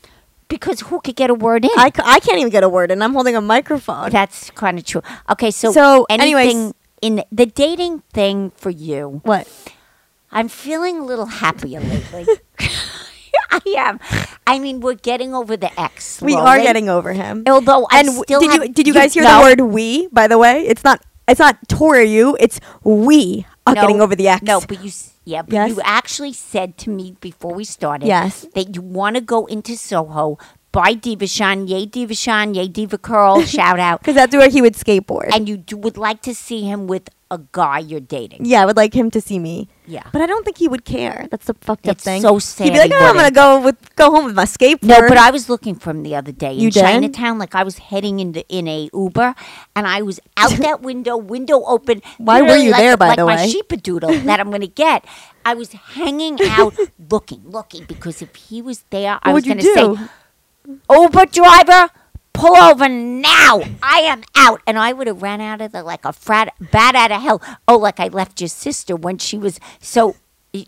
[SPEAKER 1] because who could get a word in?
[SPEAKER 2] I, c- I can't even get a word, and I'm holding a microphone.
[SPEAKER 1] That's kind of true. Okay, so
[SPEAKER 2] So, anyways-
[SPEAKER 1] anything in the dating thing for you,
[SPEAKER 2] What?
[SPEAKER 1] I'm feeling a little happier
[SPEAKER 2] [laughs]
[SPEAKER 1] lately. [laughs] I am. I mean, we're getting over the ex.
[SPEAKER 2] We are
[SPEAKER 1] slowly.
[SPEAKER 2] getting over him.
[SPEAKER 1] Although I
[SPEAKER 2] and w-
[SPEAKER 1] still
[SPEAKER 2] did you
[SPEAKER 1] have-
[SPEAKER 2] did you guys hear
[SPEAKER 1] no.
[SPEAKER 2] the word we? By the way, it's not it's not Tori or you. It's we are
[SPEAKER 1] No,
[SPEAKER 2] getting over the ex.
[SPEAKER 1] No, but you s- yeah, but
[SPEAKER 2] Yes?
[SPEAKER 1] you actually said to me before we started
[SPEAKER 2] Yes.
[SPEAKER 1] that you want to go into Soho buy Divashan, yay Divashan, yay Diva
[SPEAKER 2] [laughs]
[SPEAKER 1] Curl, shout out,
[SPEAKER 2] because that's where he would skateboard.
[SPEAKER 1] and you do, would like to see him with a guy you're dating.
[SPEAKER 2] yeah, I would like him to see me.
[SPEAKER 1] Yeah.
[SPEAKER 2] but I don't think he would care. That's the fucked up
[SPEAKER 1] It's
[SPEAKER 2] thing.
[SPEAKER 1] so
[SPEAKER 2] He'd
[SPEAKER 1] sad
[SPEAKER 2] be like,
[SPEAKER 1] he
[SPEAKER 2] oh, I'm gonna
[SPEAKER 1] wouldn't."
[SPEAKER 2] go with go home with my skateboard.
[SPEAKER 1] No, but I was looking for him the other day in
[SPEAKER 2] You did?
[SPEAKER 1] Chinatown. Like I was heading in the, in a Uber, and I was
[SPEAKER 2] [laughs]
[SPEAKER 1] out that window, window open.
[SPEAKER 2] Why were
[SPEAKER 1] literally
[SPEAKER 2] you
[SPEAKER 1] like,
[SPEAKER 2] there, by
[SPEAKER 1] like
[SPEAKER 2] the
[SPEAKER 1] my
[SPEAKER 2] way?
[SPEAKER 1] sheepadoodle
[SPEAKER 2] [laughs]
[SPEAKER 1] that I'm going to get. I was hanging out, looking, looking, because if he was there, I
[SPEAKER 2] What
[SPEAKER 1] was
[SPEAKER 2] would you
[SPEAKER 1] going to say,
[SPEAKER 2] do?
[SPEAKER 1] Uber driver, pull over now. I am out. And I would have ran out of there like a frat, bat out of hell. Oh, like I left your sister when she was so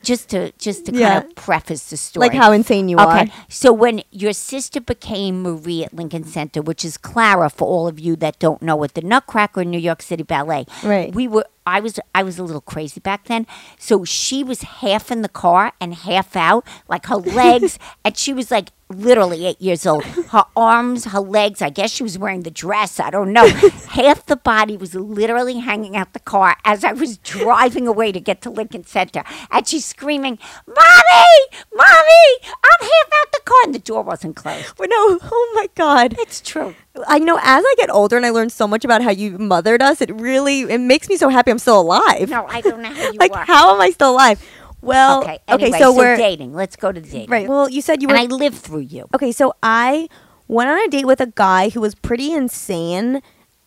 [SPEAKER 1] just to just to
[SPEAKER 2] Yeah.
[SPEAKER 1] kind of preface the story,
[SPEAKER 2] Like how insane you
[SPEAKER 1] Okay.
[SPEAKER 2] are.
[SPEAKER 1] So when your sister became Marie at Lincoln Center, which is Clara for all of you that don't know at the Nutcracker in New York City Ballet.
[SPEAKER 2] Right.
[SPEAKER 1] We were I was I was a little crazy back then. So she was half in the car and half out, like
[SPEAKER 2] [laughs]
[SPEAKER 1] her legs and she was like literally 8 years old. Her arms, her legs, I guess she was wearing the dress, I
[SPEAKER 2] [laughs]
[SPEAKER 1] don't know. half the body was literally hanging out the car as I was driving away to get to Lincoln Center. And she's screaming, "Mommy! Mommy! I'm half out the car." And the door wasn't closed.
[SPEAKER 2] But no, [laughs] oh my God.
[SPEAKER 1] It's true.
[SPEAKER 2] I know as I get older and I learn so much about how you mothered us, it really it makes me so happy I'm still alive.
[SPEAKER 1] No, I don't know how you
[SPEAKER 2] [laughs] like
[SPEAKER 1] are.
[SPEAKER 2] how am I still alive? Well,
[SPEAKER 1] Okay. Anyway,
[SPEAKER 2] okay,
[SPEAKER 1] so,
[SPEAKER 2] so, we're
[SPEAKER 1] dating. Let's go to the dating.
[SPEAKER 2] right. Well, you said you were
[SPEAKER 1] And I lived through you.
[SPEAKER 2] okay. So I went on a date with a guy who was pretty insane.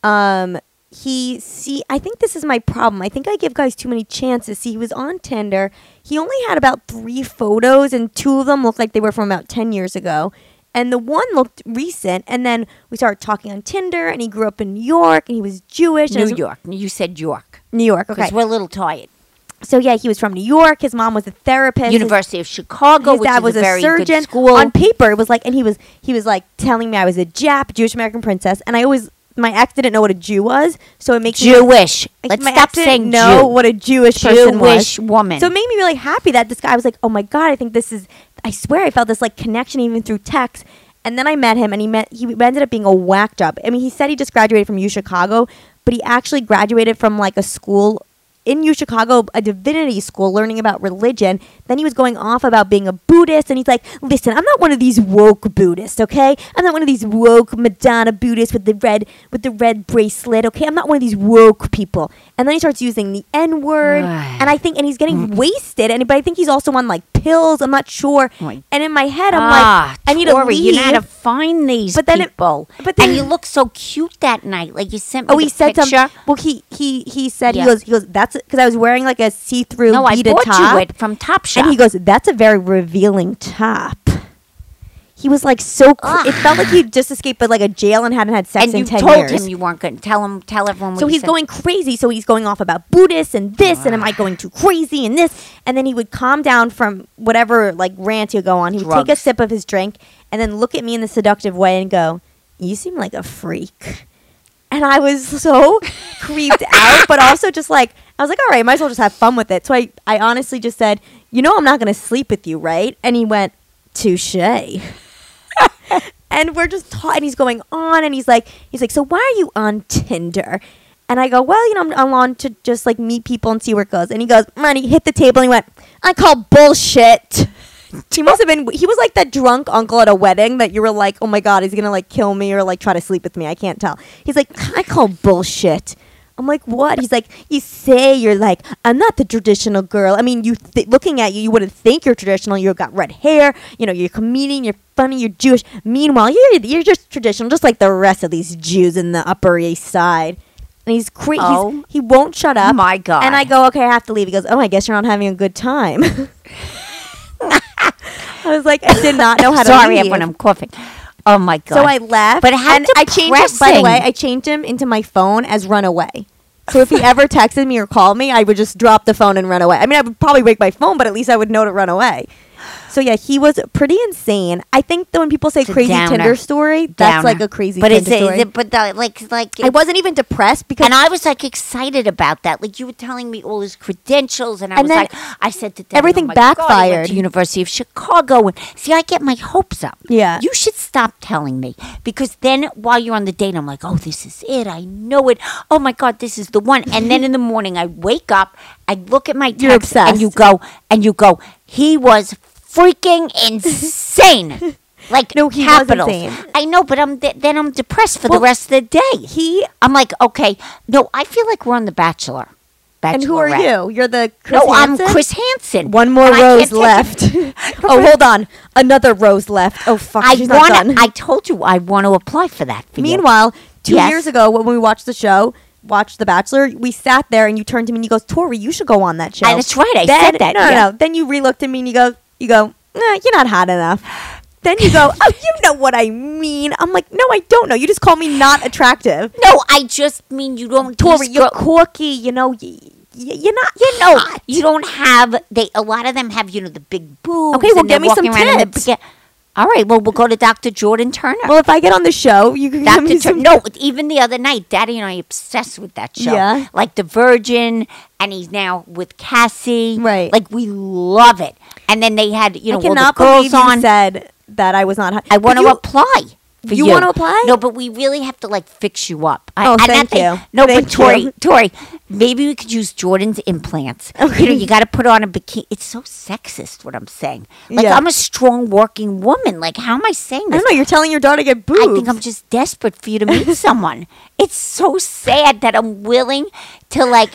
[SPEAKER 2] Um, he see, I think this is my problem. I think I give guys too many chances. See, he was on Tinder. He only had about three photos, and two of them looked like they were from about ten years ago. And the one looked recent, and then we started talking on Tinder. And he grew up in New York, and he was Jewish. and I
[SPEAKER 1] New
[SPEAKER 2] was-
[SPEAKER 1] York. You said York.
[SPEAKER 2] New York. Okay.
[SPEAKER 1] Because we're a little tired.
[SPEAKER 2] So yeah, he was from New York. His mom was a therapist. His-
[SPEAKER 1] University of Chicago,
[SPEAKER 2] his
[SPEAKER 1] which
[SPEAKER 2] dad
[SPEAKER 1] is
[SPEAKER 2] was
[SPEAKER 1] a
[SPEAKER 2] a,
[SPEAKER 1] very
[SPEAKER 2] surgeon.
[SPEAKER 1] good school.
[SPEAKER 2] On paper, it was like, and he was he was like telling me I was a Jap, Jewish American princess, and I always my ex didn't know what a Jew was, so it makes Me,
[SPEAKER 1] Jewish.
[SPEAKER 2] like,
[SPEAKER 1] Let's
[SPEAKER 2] my
[SPEAKER 1] stop
[SPEAKER 2] ex didn't
[SPEAKER 1] saying
[SPEAKER 2] know
[SPEAKER 1] Jew.
[SPEAKER 2] what a Jewish, person was.
[SPEAKER 1] Jewish woman.
[SPEAKER 2] So it made me really happy that this guy I was like, oh my god, I think this is. I swear, I felt this like connection even through text. And then I met him, and he met he ended up being a whack job. I mean, he said he just graduated from U Chicago, but he actually graduated from like a school in U Chicago, a divinity school, learning about religion. Then he was going off about being a Buddhist, and he's like, "Listen, I'm not one of these woke Buddhists, okay? I'm not one of these woke Madonna Buddhists with the red with the red bracelet, okay? I'm not one of these woke people." And then he starts using the N word, and I think, and he's
[SPEAKER 1] Mm.
[SPEAKER 2] getting wasted, and but I think he's also on like pills. I'm not sure.
[SPEAKER 1] Right.
[SPEAKER 2] And in my head, I'm
[SPEAKER 1] Oh ah,
[SPEAKER 2] like, I need
[SPEAKER 1] Tori,
[SPEAKER 2] to
[SPEAKER 1] You
[SPEAKER 2] leave.
[SPEAKER 1] know how to find these
[SPEAKER 2] But then it-
[SPEAKER 1] people.
[SPEAKER 2] but then-
[SPEAKER 1] and you look so cute that night. Like you sent me
[SPEAKER 2] Oh, he
[SPEAKER 1] the
[SPEAKER 2] said
[SPEAKER 1] picture.
[SPEAKER 2] something. Well, he he he said
[SPEAKER 1] Yeah.
[SPEAKER 2] he goes he goes that's because I was wearing like a see through
[SPEAKER 1] No, I
[SPEAKER 2] Vita
[SPEAKER 1] bought
[SPEAKER 2] top.
[SPEAKER 1] you it from Top Shop.
[SPEAKER 2] And he goes, "That's a very revealing top." He was like so. Cr- it felt like he just escaped, but like a jail and hadn't had sex
[SPEAKER 1] and
[SPEAKER 2] in
[SPEAKER 1] you
[SPEAKER 2] ten
[SPEAKER 1] told
[SPEAKER 2] years.
[SPEAKER 1] him you weren't going to tell him, tell everyone.
[SPEAKER 2] so
[SPEAKER 1] what you
[SPEAKER 2] he's
[SPEAKER 1] said.
[SPEAKER 2] going crazy. So he's going off about Buddhists and this, and am I going too crazy and this? And then he would calm down from whatever like rant he'd go on. He would take a
[SPEAKER 1] Drugs.
[SPEAKER 2] sip of his drink and then look at me in the seductive way and go, "You seem like a freak." And I was so creeped out, but also just like I was like, "All right, might as well just have fun with it." So I, I honestly just said, "You know, I'm not going to sleep with you, right?" And he went, "Touche." and we're just ta- and he's going on and he's like he's like so why are you on tinder and i go well you know i'm, I'm on to just like meet people and see where it goes and he goes "Mm," and he hit the table and he went i call bullshit [laughs] he must have been he was like that drunk uncle at a wedding that you were like oh my god he's gonna like kill me or like try to sleep with me i can't tell he's like i call bullshit I'm like, what? He's like, you say you're like, I'm not the traditional girl. I mean, you th- looking at you, you wouldn't think you're traditional. You've got red hair. You know, you're a comedian. You're funny. You're Jewish. Meanwhile, you're you're just traditional, just like the rest of these Jews in the Upper East Side. And he's crazy.
[SPEAKER 1] Oh.
[SPEAKER 2] He won't shut up.
[SPEAKER 1] My God.
[SPEAKER 2] And I go, okay, I have to leave. He goes, oh, I guess you're not having a good time. [laughs] I was like, I did not know how to.
[SPEAKER 1] Sorry,
[SPEAKER 2] leave.
[SPEAKER 1] everyone, I'm coughing. Oh my god.
[SPEAKER 2] So I left.
[SPEAKER 1] But how
[SPEAKER 2] and I changed him, by the way,
[SPEAKER 1] depressing.
[SPEAKER 2] I changed him into my phone as runaway. So if he
[SPEAKER 1] [laughs]
[SPEAKER 2] ever texted me or called me, I would just drop the phone and run away. I mean, I would probably break my phone, but at least I would know to run away. So yeah, he was pretty insane. I think that when people say
[SPEAKER 1] a
[SPEAKER 2] crazy
[SPEAKER 1] downer.
[SPEAKER 2] Tinder story, that's
[SPEAKER 1] Downer.
[SPEAKER 2] like a crazy
[SPEAKER 1] But
[SPEAKER 2] Tinder
[SPEAKER 1] it's
[SPEAKER 2] story.
[SPEAKER 1] it, but the, like like
[SPEAKER 2] I wasn't even depressed because
[SPEAKER 1] and I was like excited about that. Like you were telling me all his credentials, and I
[SPEAKER 2] And
[SPEAKER 1] was
[SPEAKER 2] then
[SPEAKER 1] like, I said to them,
[SPEAKER 2] everything
[SPEAKER 1] oh my God, he went
[SPEAKER 2] backfired.
[SPEAKER 1] to University of Chicago, and see, I get my hopes up.
[SPEAKER 2] Yeah.
[SPEAKER 1] you should stop telling me because then while you're on the date, I'm like, oh, this is it. I know it. Oh my God, this is the one. And then in the morning, I wake up, I look at my text,
[SPEAKER 2] You're
[SPEAKER 1] and you
[SPEAKER 2] obsessed.
[SPEAKER 1] go, and you go, he was freaking
[SPEAKER 2] [laughs]
[SPEAKER 1] insane. Like
[SPEAKER 2] No, he was
[SPEAKER 1] capitals.
[SPEAKER 2] insane.
[SPEAKER 1] I know, but I'm then I'm depressed for
[SPEAKER 2] Well,
[SPEAKER 1] the rest of the day.
[SPEAKER 2] he
[SPEAKER 1] I'm like, okay, no, I feel like we're on The Bachelor. Bachelor.
[SPEAKER 2] and who are you? You're the Chris
[SPEAKER 1] No,
[SPEAKER 2] Hansen?
[SPEAKER 1] I'm Chris Hansen.
[SPEAKER 2] One more
[SPEAKER 1] And I can't
[SPEAKER 2] rose
[SPEAKER 1] take it. [laughs]
[SPEAKER 2] left. [laughs] oh, hold on, another rose left. Oh fuck,
[SPEAKER 1] I
[SPEAKER 2] she's not
[SPEAKER 1] want.
[SPEAKER 2] done.
[SPEAKER 1] I told you I want to apply for that. For you.
[SPEAKER 2] Meanwhile, two
[SPEAKER 1] Yes.
[SPEAKER 2] years ago, when we watched the show, watched The Bachelor, we sat there and you turned to me and you go, Tori, you should go on that show.
[SPEAKER 1] Uh, that's right, I
[SPEAKER 2] then,
[SPEAKER 1] said that,
[SPEAKER 2] No, no,
[SPEAKER 1] yeah.
[SPEAKER 2] no. Then you relooked at me and you go, you go, nah, you're not hot enough. Then you
[SPEAKER 1] [laughs]
[SPEAKER 2] go, oh, you know what I mean. I'm like, no, I don't know. You just call me not attractive.
[SPEAKER 1] no, I just mean you don't.
[SPEAKER 2] Tori,
[SPEAKER 1] these
[SPEAKER 2] you're
[SPEAKER 1] girl-
[SPEAKER 2] quirky. You know, y- y- you're not.
[SPEAKER 1] You know, you don't have they. A lot of them have you know the big boobs.
[SPEAKER 2] Okay, well,
[SPEAKER 1] and they're
[SPEAKER 2] get me some
[SPEAKER 1] walking around in the
[SPEAKER 2] tits.
[SPEAKER 1] big- all right, well we'll go to Dr. Jordan Turner.
[SPEAKER 2] Well, if I get on the show, you can give
[SPEAKER 1] Dr.
[SPEAKER 2] me
[SPEAKER 1] Tur-
[SPEAKER 2] some.
[SPEAKER 1] no, even the other night, Daddy and I obsessed with that show.
[SPEAKER 2] Yeah.
[SPEAKER 1] Like The Virgin, and he's now with Cassie.
[SPEAKER 2] Right.
[SPEAKER 1] Like we love it. And then they had you know
[SPEAKER 2] I
[SPEAKER 1] all the
[SPEAKER 2] cannot
[SPEAKER 1] girls
[SPEAKER 2] believe you
[SPEAKER 1] on.
[SPEAKER 2] said that I was not. hot.
[SPEAKER 1] I want
[SPEAKER 2] But
[SPEAKER 1] to
[SPEAKER 2] you-
[SPEAKER 1] apply. For
[SPEAKER 2] You
[SPEAKER 1] you,
[SPEAKER 2] wanna apply?
[SPEAKER 1] No, but we really have to like fix you up. I,
[SPEAKER 2] Oh,
[SPEAKER 1] and I
[SPEAKER 2] thank
[SPEAKER 1] think-
[SPEAKER 2] you.
[SPEAKER 1] No,
[SPEAKER 2] Thank
[SPEAKER 1] but Tori,
[SPEAKER 2] you.
[SPEAKER 1] Tori, maybe we could use Jordan's implants. You know,
[SPEAKER 2] Okay.
[SPEAKER 1] you got to put on a bikini. It's so sexist what I'm saying. Like
[SPEAKER 2] Yeah.
[SPEAKER 1] I'm a strong working woman. Like how am I saying
[SPEAKER 2] I
[SPEAKER 1] this?
[SPEAKER 2] don't know. You're telling your daughter to get boobs.
[SPEAKER 1] I think I'm just desperate for you to
[SPEAKER 2] [laughs]
[SPEAKER 1] meet someone. It's so sad that I'm willing to like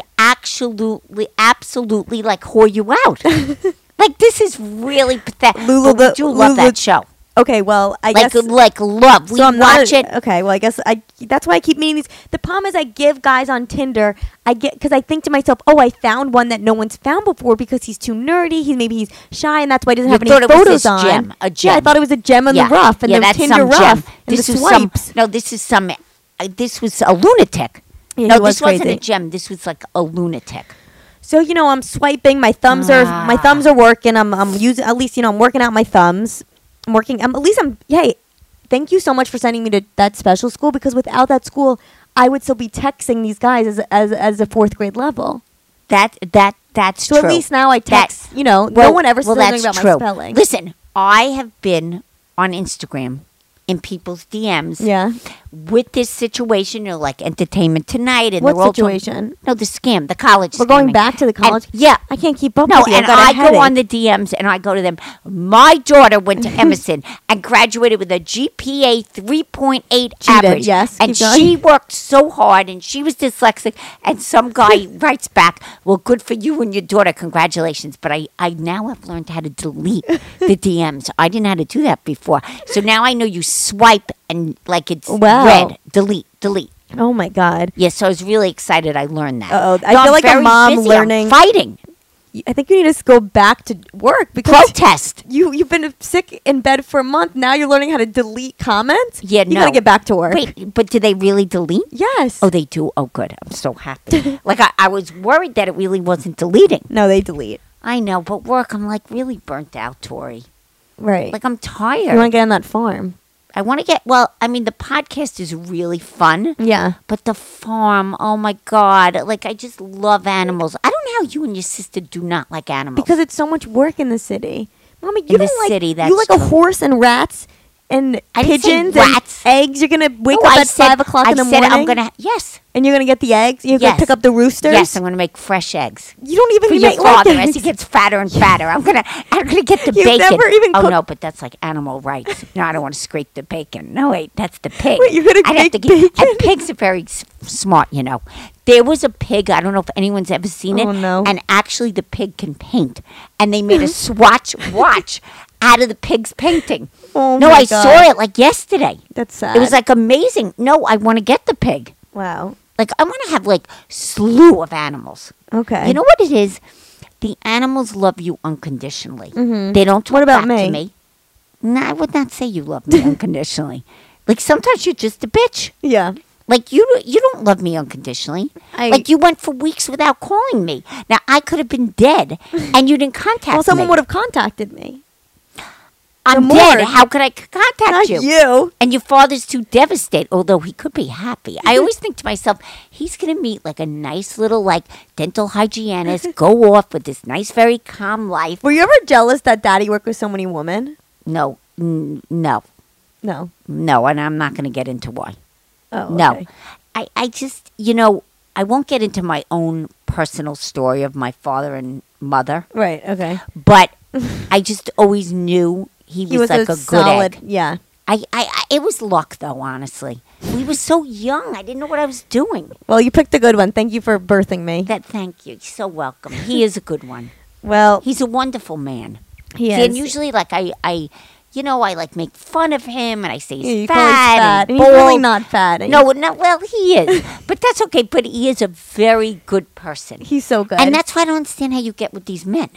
[SPEAKER 1] absolutely, absolutely like whore you
[SPEAKER 2] [laughs]
[SPEAKER 1] out. like this is really pathetic.
[SPEAKER 2] Lulu
[SPEAKER 1] but we
[SPEAKER 2] the-
[SPEAKER 1] do love
[SPEAKER 2] Lulu-
[SPEAKER 1] that show.
[SPEAKER 2] okay. Well, I
[SPEAKER 1] Like,
[SPEAKER 2] guess
[SPEAKER 1] like love. We
[SPEAKER 2] so I'm not
[SPEAKER 1] watch
[SPEAKER 2] a-
[SPEAKER 1] it.
[SPEAKER 2] Okay, well, I guess I. That's why I keep meeting these. The problem is, I give guys on Tinder. I get because I think to myself, oh, I found one that no one's found before because he's too nerdy. He's maybe he's shy, and that's why he doesn't
[SPEAKER 1] You
[SPEAKER 2] have any
[SPEAKER 1] thought it was
[SPEAKER 2] photos
[SPEAKER 1] this
[SPEAKER 2] on.
[SPEAKER 1] gem, a
[SPEAKER 2] Yeah, I
[SPEAKER 1] gem.
[SPEAKER 2] thought it was a gem on the rough and
[SPEAKER 1] yeah,
[SPEAKER 2] the
[SPEAKER 1] that's
[SPEAKER 2] Tinder
[SPEAKER 1] some
[SPEAKER 2] rough
[SPEAKER 1] gem.
[SPEAKER 2] and
[SPEAKER 1] This
[SPEAKER 2] the
[SPEAKER 1] is
[SPEAKER 2] swipes.
[SPEAKER 1] some. No, this is some. Uh, this was a lunatic.
[SPEAKER 2] Yeah,
[SPEAKER 1] no,
[SPEAKER 2] he was
[SPEAKER 1] this wasn't a
[SPEAKER 2] crazy.
[SPEAKER 1] gem. This was like a lunatic.
[SPEAKER 2] So you know, I'm swiping. My thumbs are my
[SPEAKER 1] Ah.
[SPEAKER 2] thumbs are working. I'm I'm using at least you know I'm working out my thumbs. I'm working. I'm at least I'm. Hey, thank you so much for sending me to that special school because without that school, I would still be texting these guys as as as a fourth grade level.
[SPEAKER 1] That that that's
[SPEAKER 2] So
[SPEAKER 1] true.
[SPEAKER 2] at least now I
[SPEAKER 1] That-
[SPEAKER 2] text. you know, no one ever says anything about
[SPEAKER 1] that's
[SPEAKER 2] my spelling.
[SPEAKER 1] Listen, I have been on Instagram in people's DMs
[SPEAKER 2] yeah.
[SPEAKER 1] with this situation, you know, like Entertainment Tonight and
[SPEAKER 2] What
[SPEAKER 1] the world
[SPEAKER 2] situation?
[SPEAKER 1] no, the scam, the college.
[SPEAKER 2] We're going
[SPEAKER 1] scamming.
[SPEAKER 2] back to the college.
[SPEAKER 1] And- yeah.
[SPEAKER 2] I can't keep up.
[SPEAKER 1] No,
[SPEAKER 2] with you. I've
[SPEAKER 1] and
[SPEAKER 2] got a
[SPEAKER 1] I go
[SPEAKER 2] headache.
[SPEAKER 1] on the DMs and I go to them. My daughter went to Emerson [laughs] and graduated with a GPA 3.8
[SPEAKER 2] Cheated,
[SPEAKER 1] average.
[SPEAKER 2] yes,
[SPEAKER 1] And
[SPEAKER 2] keep going.
[SPEAKER 1] she worked so hard and she was dyslexic. And some
[SPEAKER 2] [laughs]
[SPEAKER 1] guy writes back, Well, good for you and your daughter. Congratulations. But I, I now have learned how to delete
[SPEAKER 2] [laughs]
[SPEAKER 1] the DMs. I didn't know how to do that before. So now I know you swipe and like it's
[SPEAKER 2] Wow.
[SPEAKER 1] red, delete, delete.
[SPEAKER 2] Oh my god.
[SPEAKER 1] Yes, so I was really excited. I learned that.
[SPEAKER 2] Uh-oh, I
[SPEAKER 1] So
[SPEAKER 2] feel
[SPEAKER 1] I'm
[SPEAKER 2] like a
[SPEAKER 1] very
[SPEAKER 2] mom
[SPEAKER 1] busy. I'm
[SPEAKER 2] learning-
[SPEAKER 1] fighting
[SPEAKER 2] I think you need to s- go back to work because
[SPEAKER 1] protest.
[SPEAKER 2] you you've been sick in bed for a month. Now you're learning how to delete comments.
[SPEAKER 1] Yeah,
[SPEAKER 2] you gotta
[SPEAKER 1] no.
[SPEAKER 2] get back to work.
[SPEAKER 1] Wait, but do they really delete?
[SPEAKER 2] Yes.
[SPEAKER 1] Oh, they do. Oh, good. I'm so [laughs] happy. like I, I was worried that it really wasn't deleting.
[SPEAKER 2] no, they delete.
[SPEAKER 1] I know, but work. I'm like really burnt out, Tori.
[SPEAKER 2] Right.
[SPEAKER 1] Like I'm tired.
[SPEAKER 2] you want to get on that farm?
[SPEAKER 1] I want to get. Well, I mean, the podcast is really fun.
[SPEAKER 2] Yeah.
[SPEAKER 1] But the farm, oh my God. Like, I just love animals. I don't know how you and your sister do not like animals.
[SPEAKER 2] Because it's so much work in the city. Mommy, you
[SPEAKER 1] In the
[SPEAKER 2] don't like
[SPEAKER 1] city, that's
[SPEAKER 2] you like a
[SPEAKER 1] true.
[SPEAKER 2] horse and rats and
[SPEAKER 1] I didn't say
[SPEAKER 2] pigeons
[SPEAKER 1] rats.
[SPEAKER 2] and eggs. You're gonna wake
[SPEAKER 1] Oh,
[SPEAKER 2] up
[SPEAKER 1] I
[SPEAKER 2] at
[SPEAKER 1] said-
[SPEAKER 2] five o'clock
[SPEAKER 1] I
[SPEAKER 2] in the
[SPEAKER 1] said
[SPEAKER 2] morning.
[SPEAKER 1] I'm gonna. Yes.
[SPEAKER 2] and you're gonna get the eggs. You're gonna
[SPEAKER 1] Yes.
[SPEAKER 2] pick up the roosters.
[SPEAKER 1] Yes, I'm gonna make fresh eggs.
[SPEAKER 2] you don't even
[SPEAKER 1] for your
[SPEAKER 2] make like
[SPEAKER 1] father as he
[SPEAKER 2] [laughs] eggs.
[SPEAKER 1] gets fatter and fatter. I'm gonna I'm gonna get the
[SPEAKER 2] [laughs] You've
[SPEAKER 1] bacon.
[SPEAKER 2] never even
[SPEAKER 1] oh
[SPEAKER 2] cooked-
[SPEAKER 1] no, but that's like animal rights. No, I don't want to scrape the bacon. No wait, that's the pig.
[SPEAKER 2] Wait, you're gonna
[SPEAKER 1] I'd have to
[SPEAKER 2] make
[SPEAKER 1] get-
[SPEAKER 2] bacon?
[SPEAKER 1] And pigs are very s- smart, you know. There was a pig. I don't know if anyone's ever seen it.
[SPEAKER 2] Oh, no.
[SPEAKER 1] And actually, the pig can paint, and they
[SPEAKER 2] [laughs]
[SPEAKER 1] made a swatch watch out of the pig's painting.
[SPEAKER 2] Oh,
[SPEAKER 1] no,
[SPEAKER 2] my
[SPEAKER 1] I
[SPEAKER 2] God.
[SPEAKER 1] saw it like yesterday.
[SPEAKER 2] That's sad.
[SPEAKER 1] It was like amazing. No, I want to get the pig.
[SPEAKER 2] wow.
[SPEAKER 1] Like I want to have like slew of animals.
[SPEAKER 2] Okay.
[SPEAKER 1] You know what it is? The animals love you unconditionally. They don't talk
[SPEAKER 2] Mm-hmm. What about
[SPEAKER 1] back to
[SPEAKER 2] me?
[SPEAKER 1] me. No, I would not say you love
[SPEAKER 2] [laughs]
[SPEAKER 1] me unconditionally. Like sometimes you're just a bitch.
[SPEAKER 2] Yeah.
[SPEAKER 1] Like you, you don't love me unconditionally.
[SPEAKER 2] I-
[SPEAKER 1] like you went for weeks without calling me. Now I could have been
[SPEAKER 2] [laughs]
[SPEAKER 1] dead, and you didn't contact
[SPEAKER 2] Well, someone
[SPEAKER 1] me.
[SPEAKER 2] would have contacted me.
[SPEAKER 1] I'm
[SPEAKER 2] the
[SPEAKER 1] dead.
[SPEAKER 2] morgue.
[SPEAKER 1] How could I c- contact
[SPEAKER 2] Not
[SPEAKER 1] you?
[SPEAKER 2] you.
[SPEAKER 1] And your father's too devastated, although he could be happy.
[SPEAKER 2] [laughs]
[SPEAKER 1] I always think to myself, he's going to meet like a nice little like dental hygienist,
[SPEAKER 2] [laughs]
[SPEAKER 1] go off with this nice, very calm life.
[SPEAKER 2] Were you ever jealous that daddy worked with so many women?
[SPEAKER 1] No, n- no,
[SPEAKER 2] No.
[SPEAKER 1] no, and I'm not going to get into why.
[SPEAKER 2] Oh.
[SPEAKER 1] No,
[SPEAKER 2] okay.
[SPEAKER 1] I, I just, you know, I won't get into my own personal story of my father and mother,
[SPEAKER 2] Right. Okay. [laughs]
[SPEAKER 1] but I just always knew he was,
[SPEAKER 2] He was,
[SPEAKER 1] like
[SPEAKER 2] a,
[SPEAKER 1] a,
[SPEAKER 2] solid.
[SPEAKER 1] good egg.
[SPEAKER 2] Yeah.
[SPEAKER 1] I, I, I, it was luck though, honestly. We were so young. I didn't know what I was doing.
[SPEAKER 2] Well, you picked a good one. Thank you for birthing me.
[SPEAKER 1] That thank you. You're so welcome. He is a good one.
[SPEAKER 2] well,
[SPEAKER 1] He's a wonderful man.
[SPEAKER 2] he
[SPEAKER 1] See, and
[SPEAKER 2] is.
[SPEAKER 1] usually like I, I you know, I like make fun of him and I say he's
[SPEAKER 2] Yeah, you call him
[SPEAKER 1] fat,
[SPEAKER 2] fat,
[SPEAKER 1] and
[SPEAKER 2] and he's really
[SPEAKER 1] bald.
[SPEAKER 2] not fat. and
[SPEAKER 1] No, no, well, he [laughs] is, but that's okay. But he is a very good person,
[SPEAKER 2] he's so good.
[SPEAKER 1] and that's why I don't understand how you get with these men.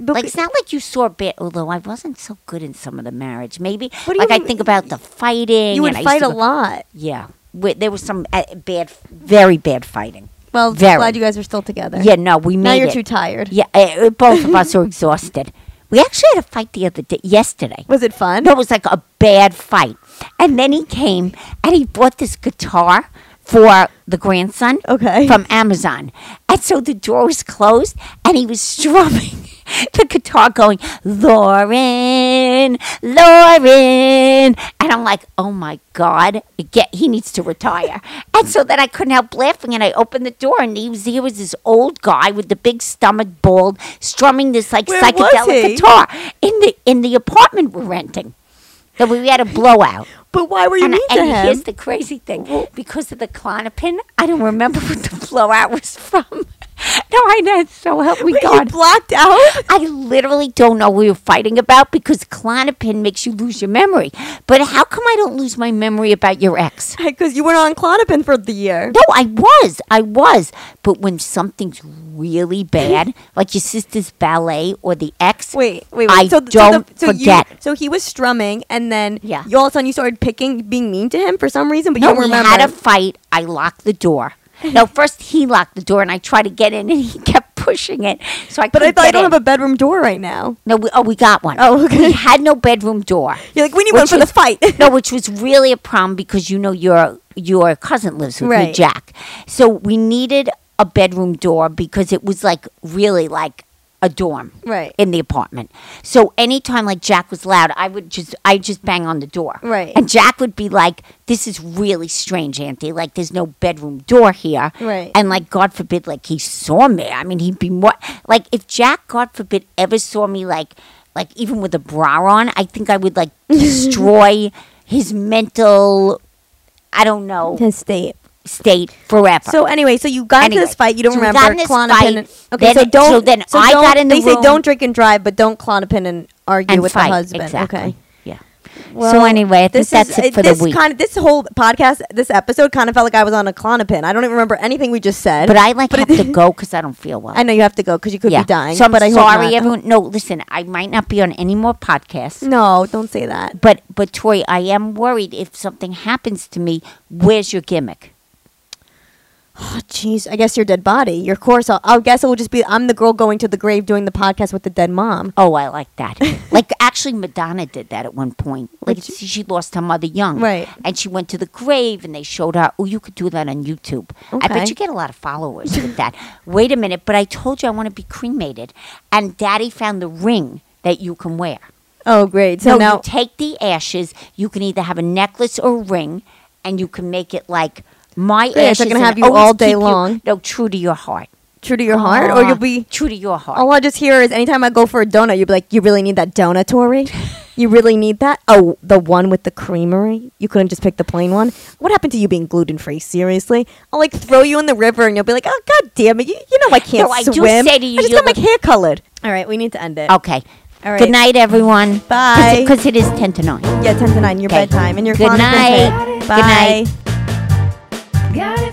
[SPEAKER 2] But-
[SPEAKER 1] Like it's not like you saw a bit, although I wasn't so good in some of the marriage. Maybe
[SPEAKER 2] What do you
[SPEAKER 1] like I
[SPEAKER 2] mean?
[SPEAKER 1] think about the fighting.
[SPEAKER 2] you would
[SPEAKER 1] and I used
[SPEAKER 2] fight
[SPEAKER 1] to
[SPEAKER 2] a
[SPEAKER 1] go-
[SPEAKER 2] lot.
[SPEAKER 1] Yeah, Wait, there was some uh, bad, very bad fighting.
[SPEAKER 2] Well,
[SPEAKER 1] Very.
[SPEAKER 2] glad you guys are still together.
[SPEAKER 1] Yeah, no, we made
[SPEAKER 2] Now you're
[SPEAKER 1] it.
[SPEAKER 2] too tired.
[SPEAKER 1] Yeah, uh, uh, both of us are [laughs] exhausted. We actually had a fight the other day, yesterday.
[SPEAKER 2] Was it fun?
[SPEAKER 1] No, it was like a bad fight. And then he came and he bought this guitar for the grandson
[SPEAKER 2] Okay.
[SPEAKER 1] from Amazon. And so the door was closed and he was strumming [laughs] the guitar going, Lauren, Lauren. And I'm like, oh my God, get, he needs to retire. and so then I couldn't help laughing and I opened the door and he was, here was this old guy with the big stomach bald strumming this like
[SPEAKER 2] Where was
[SPEAKER 1] psychedelic
[SPEAKER 2] he?
[SPEAKER 1] guitar in the, in the apartment we're renting. So we had a blowout.
[SPEAKER 2] But why were you
[SPEAKER 1] And,
[SPEAKER 2] mean to
[SPEAKER 1] and
[SPEAKER 2] him?
[SPEAKER 1] here's the crazy thing: because of the clonopin, I don't remember what
[SPEAKER 2] [laughs]
[SPEAKER 1] the blowout was from. [laughs] no, I know. So help me
[SPEAKER 2] Wait,
[SPEAKER 1] God.
[SPEAKER 2] [laughs] You blacked out. [laughs]
[SPEAKER 1] I literally don't know what we were fighting about because clonopin makes you lose your memory. But how come I don't lose my memory about your ex?
[SPEAKER 2] Because you went on Clonopin for the year.
[SPEAKER 1] No, I was, I was. But when something's really
[SPEAKER 2] [laughs]
[SPEAKER 1] bad, like your sister's ballet or the ex,
[SPEAKER 2] Wait, wait, wait.
[SPEAKER 1] I
[SPEAKER 2] so, th-
[SPEAKER 1] don't
[SPEAKER 2] so, the, so
[SPEAKER 1] forget.
[SPEAKER 2] You, so he was strumming, and then
[SPEAKER 1] Yeah.
[SPEAKER 2] you all of a sudden you started picking, being mean to him for some reason, but you
[SPEAKER 1] No,
[SPEAKER 2] don't
[SPEAKER 1] we
[SPEAKER 2] remember.
[SPEAKER 1] had a fight. I locked the door.
[SPEAKER 2] [laughs]
[SPEAKER 1] No, first he locked the door, and I tried to get in, and he kept [laughs] pushing it. So I.
[SPEAKER 2] but I
[SPEAKER 1] couldn't
[SPEAKER 2] thought you
[SPEAKER 1] get
[SPEAKER 2] don't
[SPEAKER 1] in.
[SPEAKER 2] have a bedroom door right now.
[SPEAKER 1] No, we, oh, we got one.
[SPEAKER 2] Oh, okay.
[SPEAKER 1] We had no bedroom
[SPEAKER 2] [laughs]
[SPEAKER 1] door.
[SPEAKER 2] You're like, we need
[SPEAKER 1] Which
[SPEAKER 2] one for the
[SPEAKER 1] was-
[SPEAKER 2] fight.
[SPEAKER 1] [laughs]
[SPEAKER 2] [laughs]
[SPEAKER 1] no, which was really a problem because you know your your cousin lives with me,
[SPEAKER 2] Right.
[SPEAKER 1] Jack. So we needed a bedroom door because it was like really like a dorm
[SPEAKER 2] Right.
[SPEAKER 1] in the apartment. So anytime like Jack was loud, I would just I just bang on the door.
[SPEAKER 2] Right.
[SPEAKER 1] And Jack would be like, "This is really strange, Auntie. Like there's no bedroom door here."
[SPEAKER 2] Right.
[SPEAKER 1] And like God forbid like he saw me. I mean, he'd be more like if Jack God forbid ever saw me like like even with a bra on, I think I
[SPEAKER 2] [laughs]
[SPEAKER 1] would like destroy his mental I don't know
[SPEAKER 2] His state.
[SPEAKER 1] state forever.
[SPEAKER 2] So anyway, so you got into
[SPEAKER 1] Anyway,
[SPEAKER 2] this fight. You don't
[SPEAKER 1] so we
[SPEAKER 2] remember
[SPEAKER 1] got in this
[SPEAKER 2] Klonopin
[SPEAKER 1] fight,
[SPEAKER 2] and- okay,
[SPEAKER 1] then-
[SPEAKER 2] so don't.
[SPEAKER 1] so then I
[SPEAKER 2] don't-
[SPEAKER 1] got in the
[SPEAKER 2] They say
[SPEAKER 1] room-
[SPEAKER 2] don't drink and drive, but don't Clonopin and argue
[SPEAKER 1] and
[SPEAKER 2] with
[SPEAKER 1] fight.
[SPEAKER 2] the husband.
[SPEAKER 1] Exactly.
[SPEAKER 2] Okay.
[SPEAKER 1] Yeah. so anyway, I think
[SPEAKER 2] this
[SPEAKER 1] that's
[SPEAKER 2] is,
[SPEAKER 1] it for
[SPEAKER 2] this
[SPEAKER 1] the week.
[SPEAKER 2] Kind of, this whole podcast, this episode, kind of felt like I was on a Clonopin. I don't even remember anything we just said.
[SPEAKER 1] but I like have
[SPEAKER 2] [laughs]
[SPEAKER 1] to go because I don't feel well.
[SPEAKER 2] I know you have to go because you could be dying.
[SPEAKER 1] So I'm
[SPEAKER 2] but I hope
[SPEAKER 1] sorry,
[SPEAKER 2] not.
[SPEAKER 1] everyone. No, listen, I might not be on any more podcasts.
[SPEAKER 2] No, don't say that.
[SPEAKER 1] But but Tori, I am worried if something happens to me. Where's your gimmick?
[SPEAKER 2] Oh, jeez. I guess your dead body, your corpse. I'll, I'll guess it will just be. I'm the girl going to the grave doing the podcast with the dead mom.
[SPEAKER 1] Oh, I like
[SPEAKER 2] [laughs]
[SPEAKER 1] that. like actually, Madonna did that at one point. Like she she lost her mother young,
[SPEAKER 2] Right.
[SPEAKER 1] And she went to the grave, and they showed her. Oh, you could do that on YouTube. I
[SPEAKER 2] Okay.
[SPEAKER 1] bet you get a lot of followers with that. [laughs] Wait a minute, but I told you I want to be cremated, and Daddy found the ring that you can wear.
[SPEAKER 2] Oh, great. So
[SPEAKER 1] no,
[SPEAKER 2] now
[SPEAKER 1] you take the ashes. You can either have a necklace or a ring, and you can make it like my
[SPEAKER 2] Yeah,
[SPEAKER 1] ashes.
[SPEAKER 2] they're gonna
[SPEAKER 1] and
[SPEAKER 2] have you
[SPEAKER 1] always
[SPEAKER 2] all day
[SPEAKER 1] keep you-
[SPEAKER 2] long.
[SPEAKER 1] no, true to your heart.
[SPEAKER 2] true to your heart, or you'll
[SPEAKER 1] Aw,
[SPEAKER 2] be.
[SPEAKER 1] true to your heart.
[SPEAKER 2] All I just hear is anytime I go for a donut, you'll be like, "You really need that donut, [laughs] Tori? You really need that? Oh, the one with the creamery? You couldn't just pick the plain one? What happened to you being gluten free? Seriously? I'll like throw you in the river, and you'll be like, "Oh, god damn it! You, you know I can't
[SPEAKER 1] No, I do
[SPEAKER 2] swim.
[SPEAKER 1] say to you,
[SPEAKER 2] I just
[SPEAKER 1] you're
[SPEAKER 2] got my
[SPEAKER 1] the-
[SPEAKER 2] hair colored." All right, we need to end it.
[SPEAKER 1] Okay.
[SPEAKER 2] All right.
[SPEAKER 1] Good night, everyone.
[SPEAKER 2] Bye.
[SPEAKER 1] Because it is 10 to 9.
[SPEAKER 2] Yeah, ten to nine, your
[SPEAKER 1] Okay.
[SPEAKER 2] bedtime, and your
[SPEAKER 1] Good
[SPEAKER 2] clock is
[SPEAKER 1] night.
[SPEAKER 2] bedtime.
[SPEAKER 1] Good
[SPEAKER 2] Bye.
[SPEAKER 1] night.
[SPEAKER 3] Got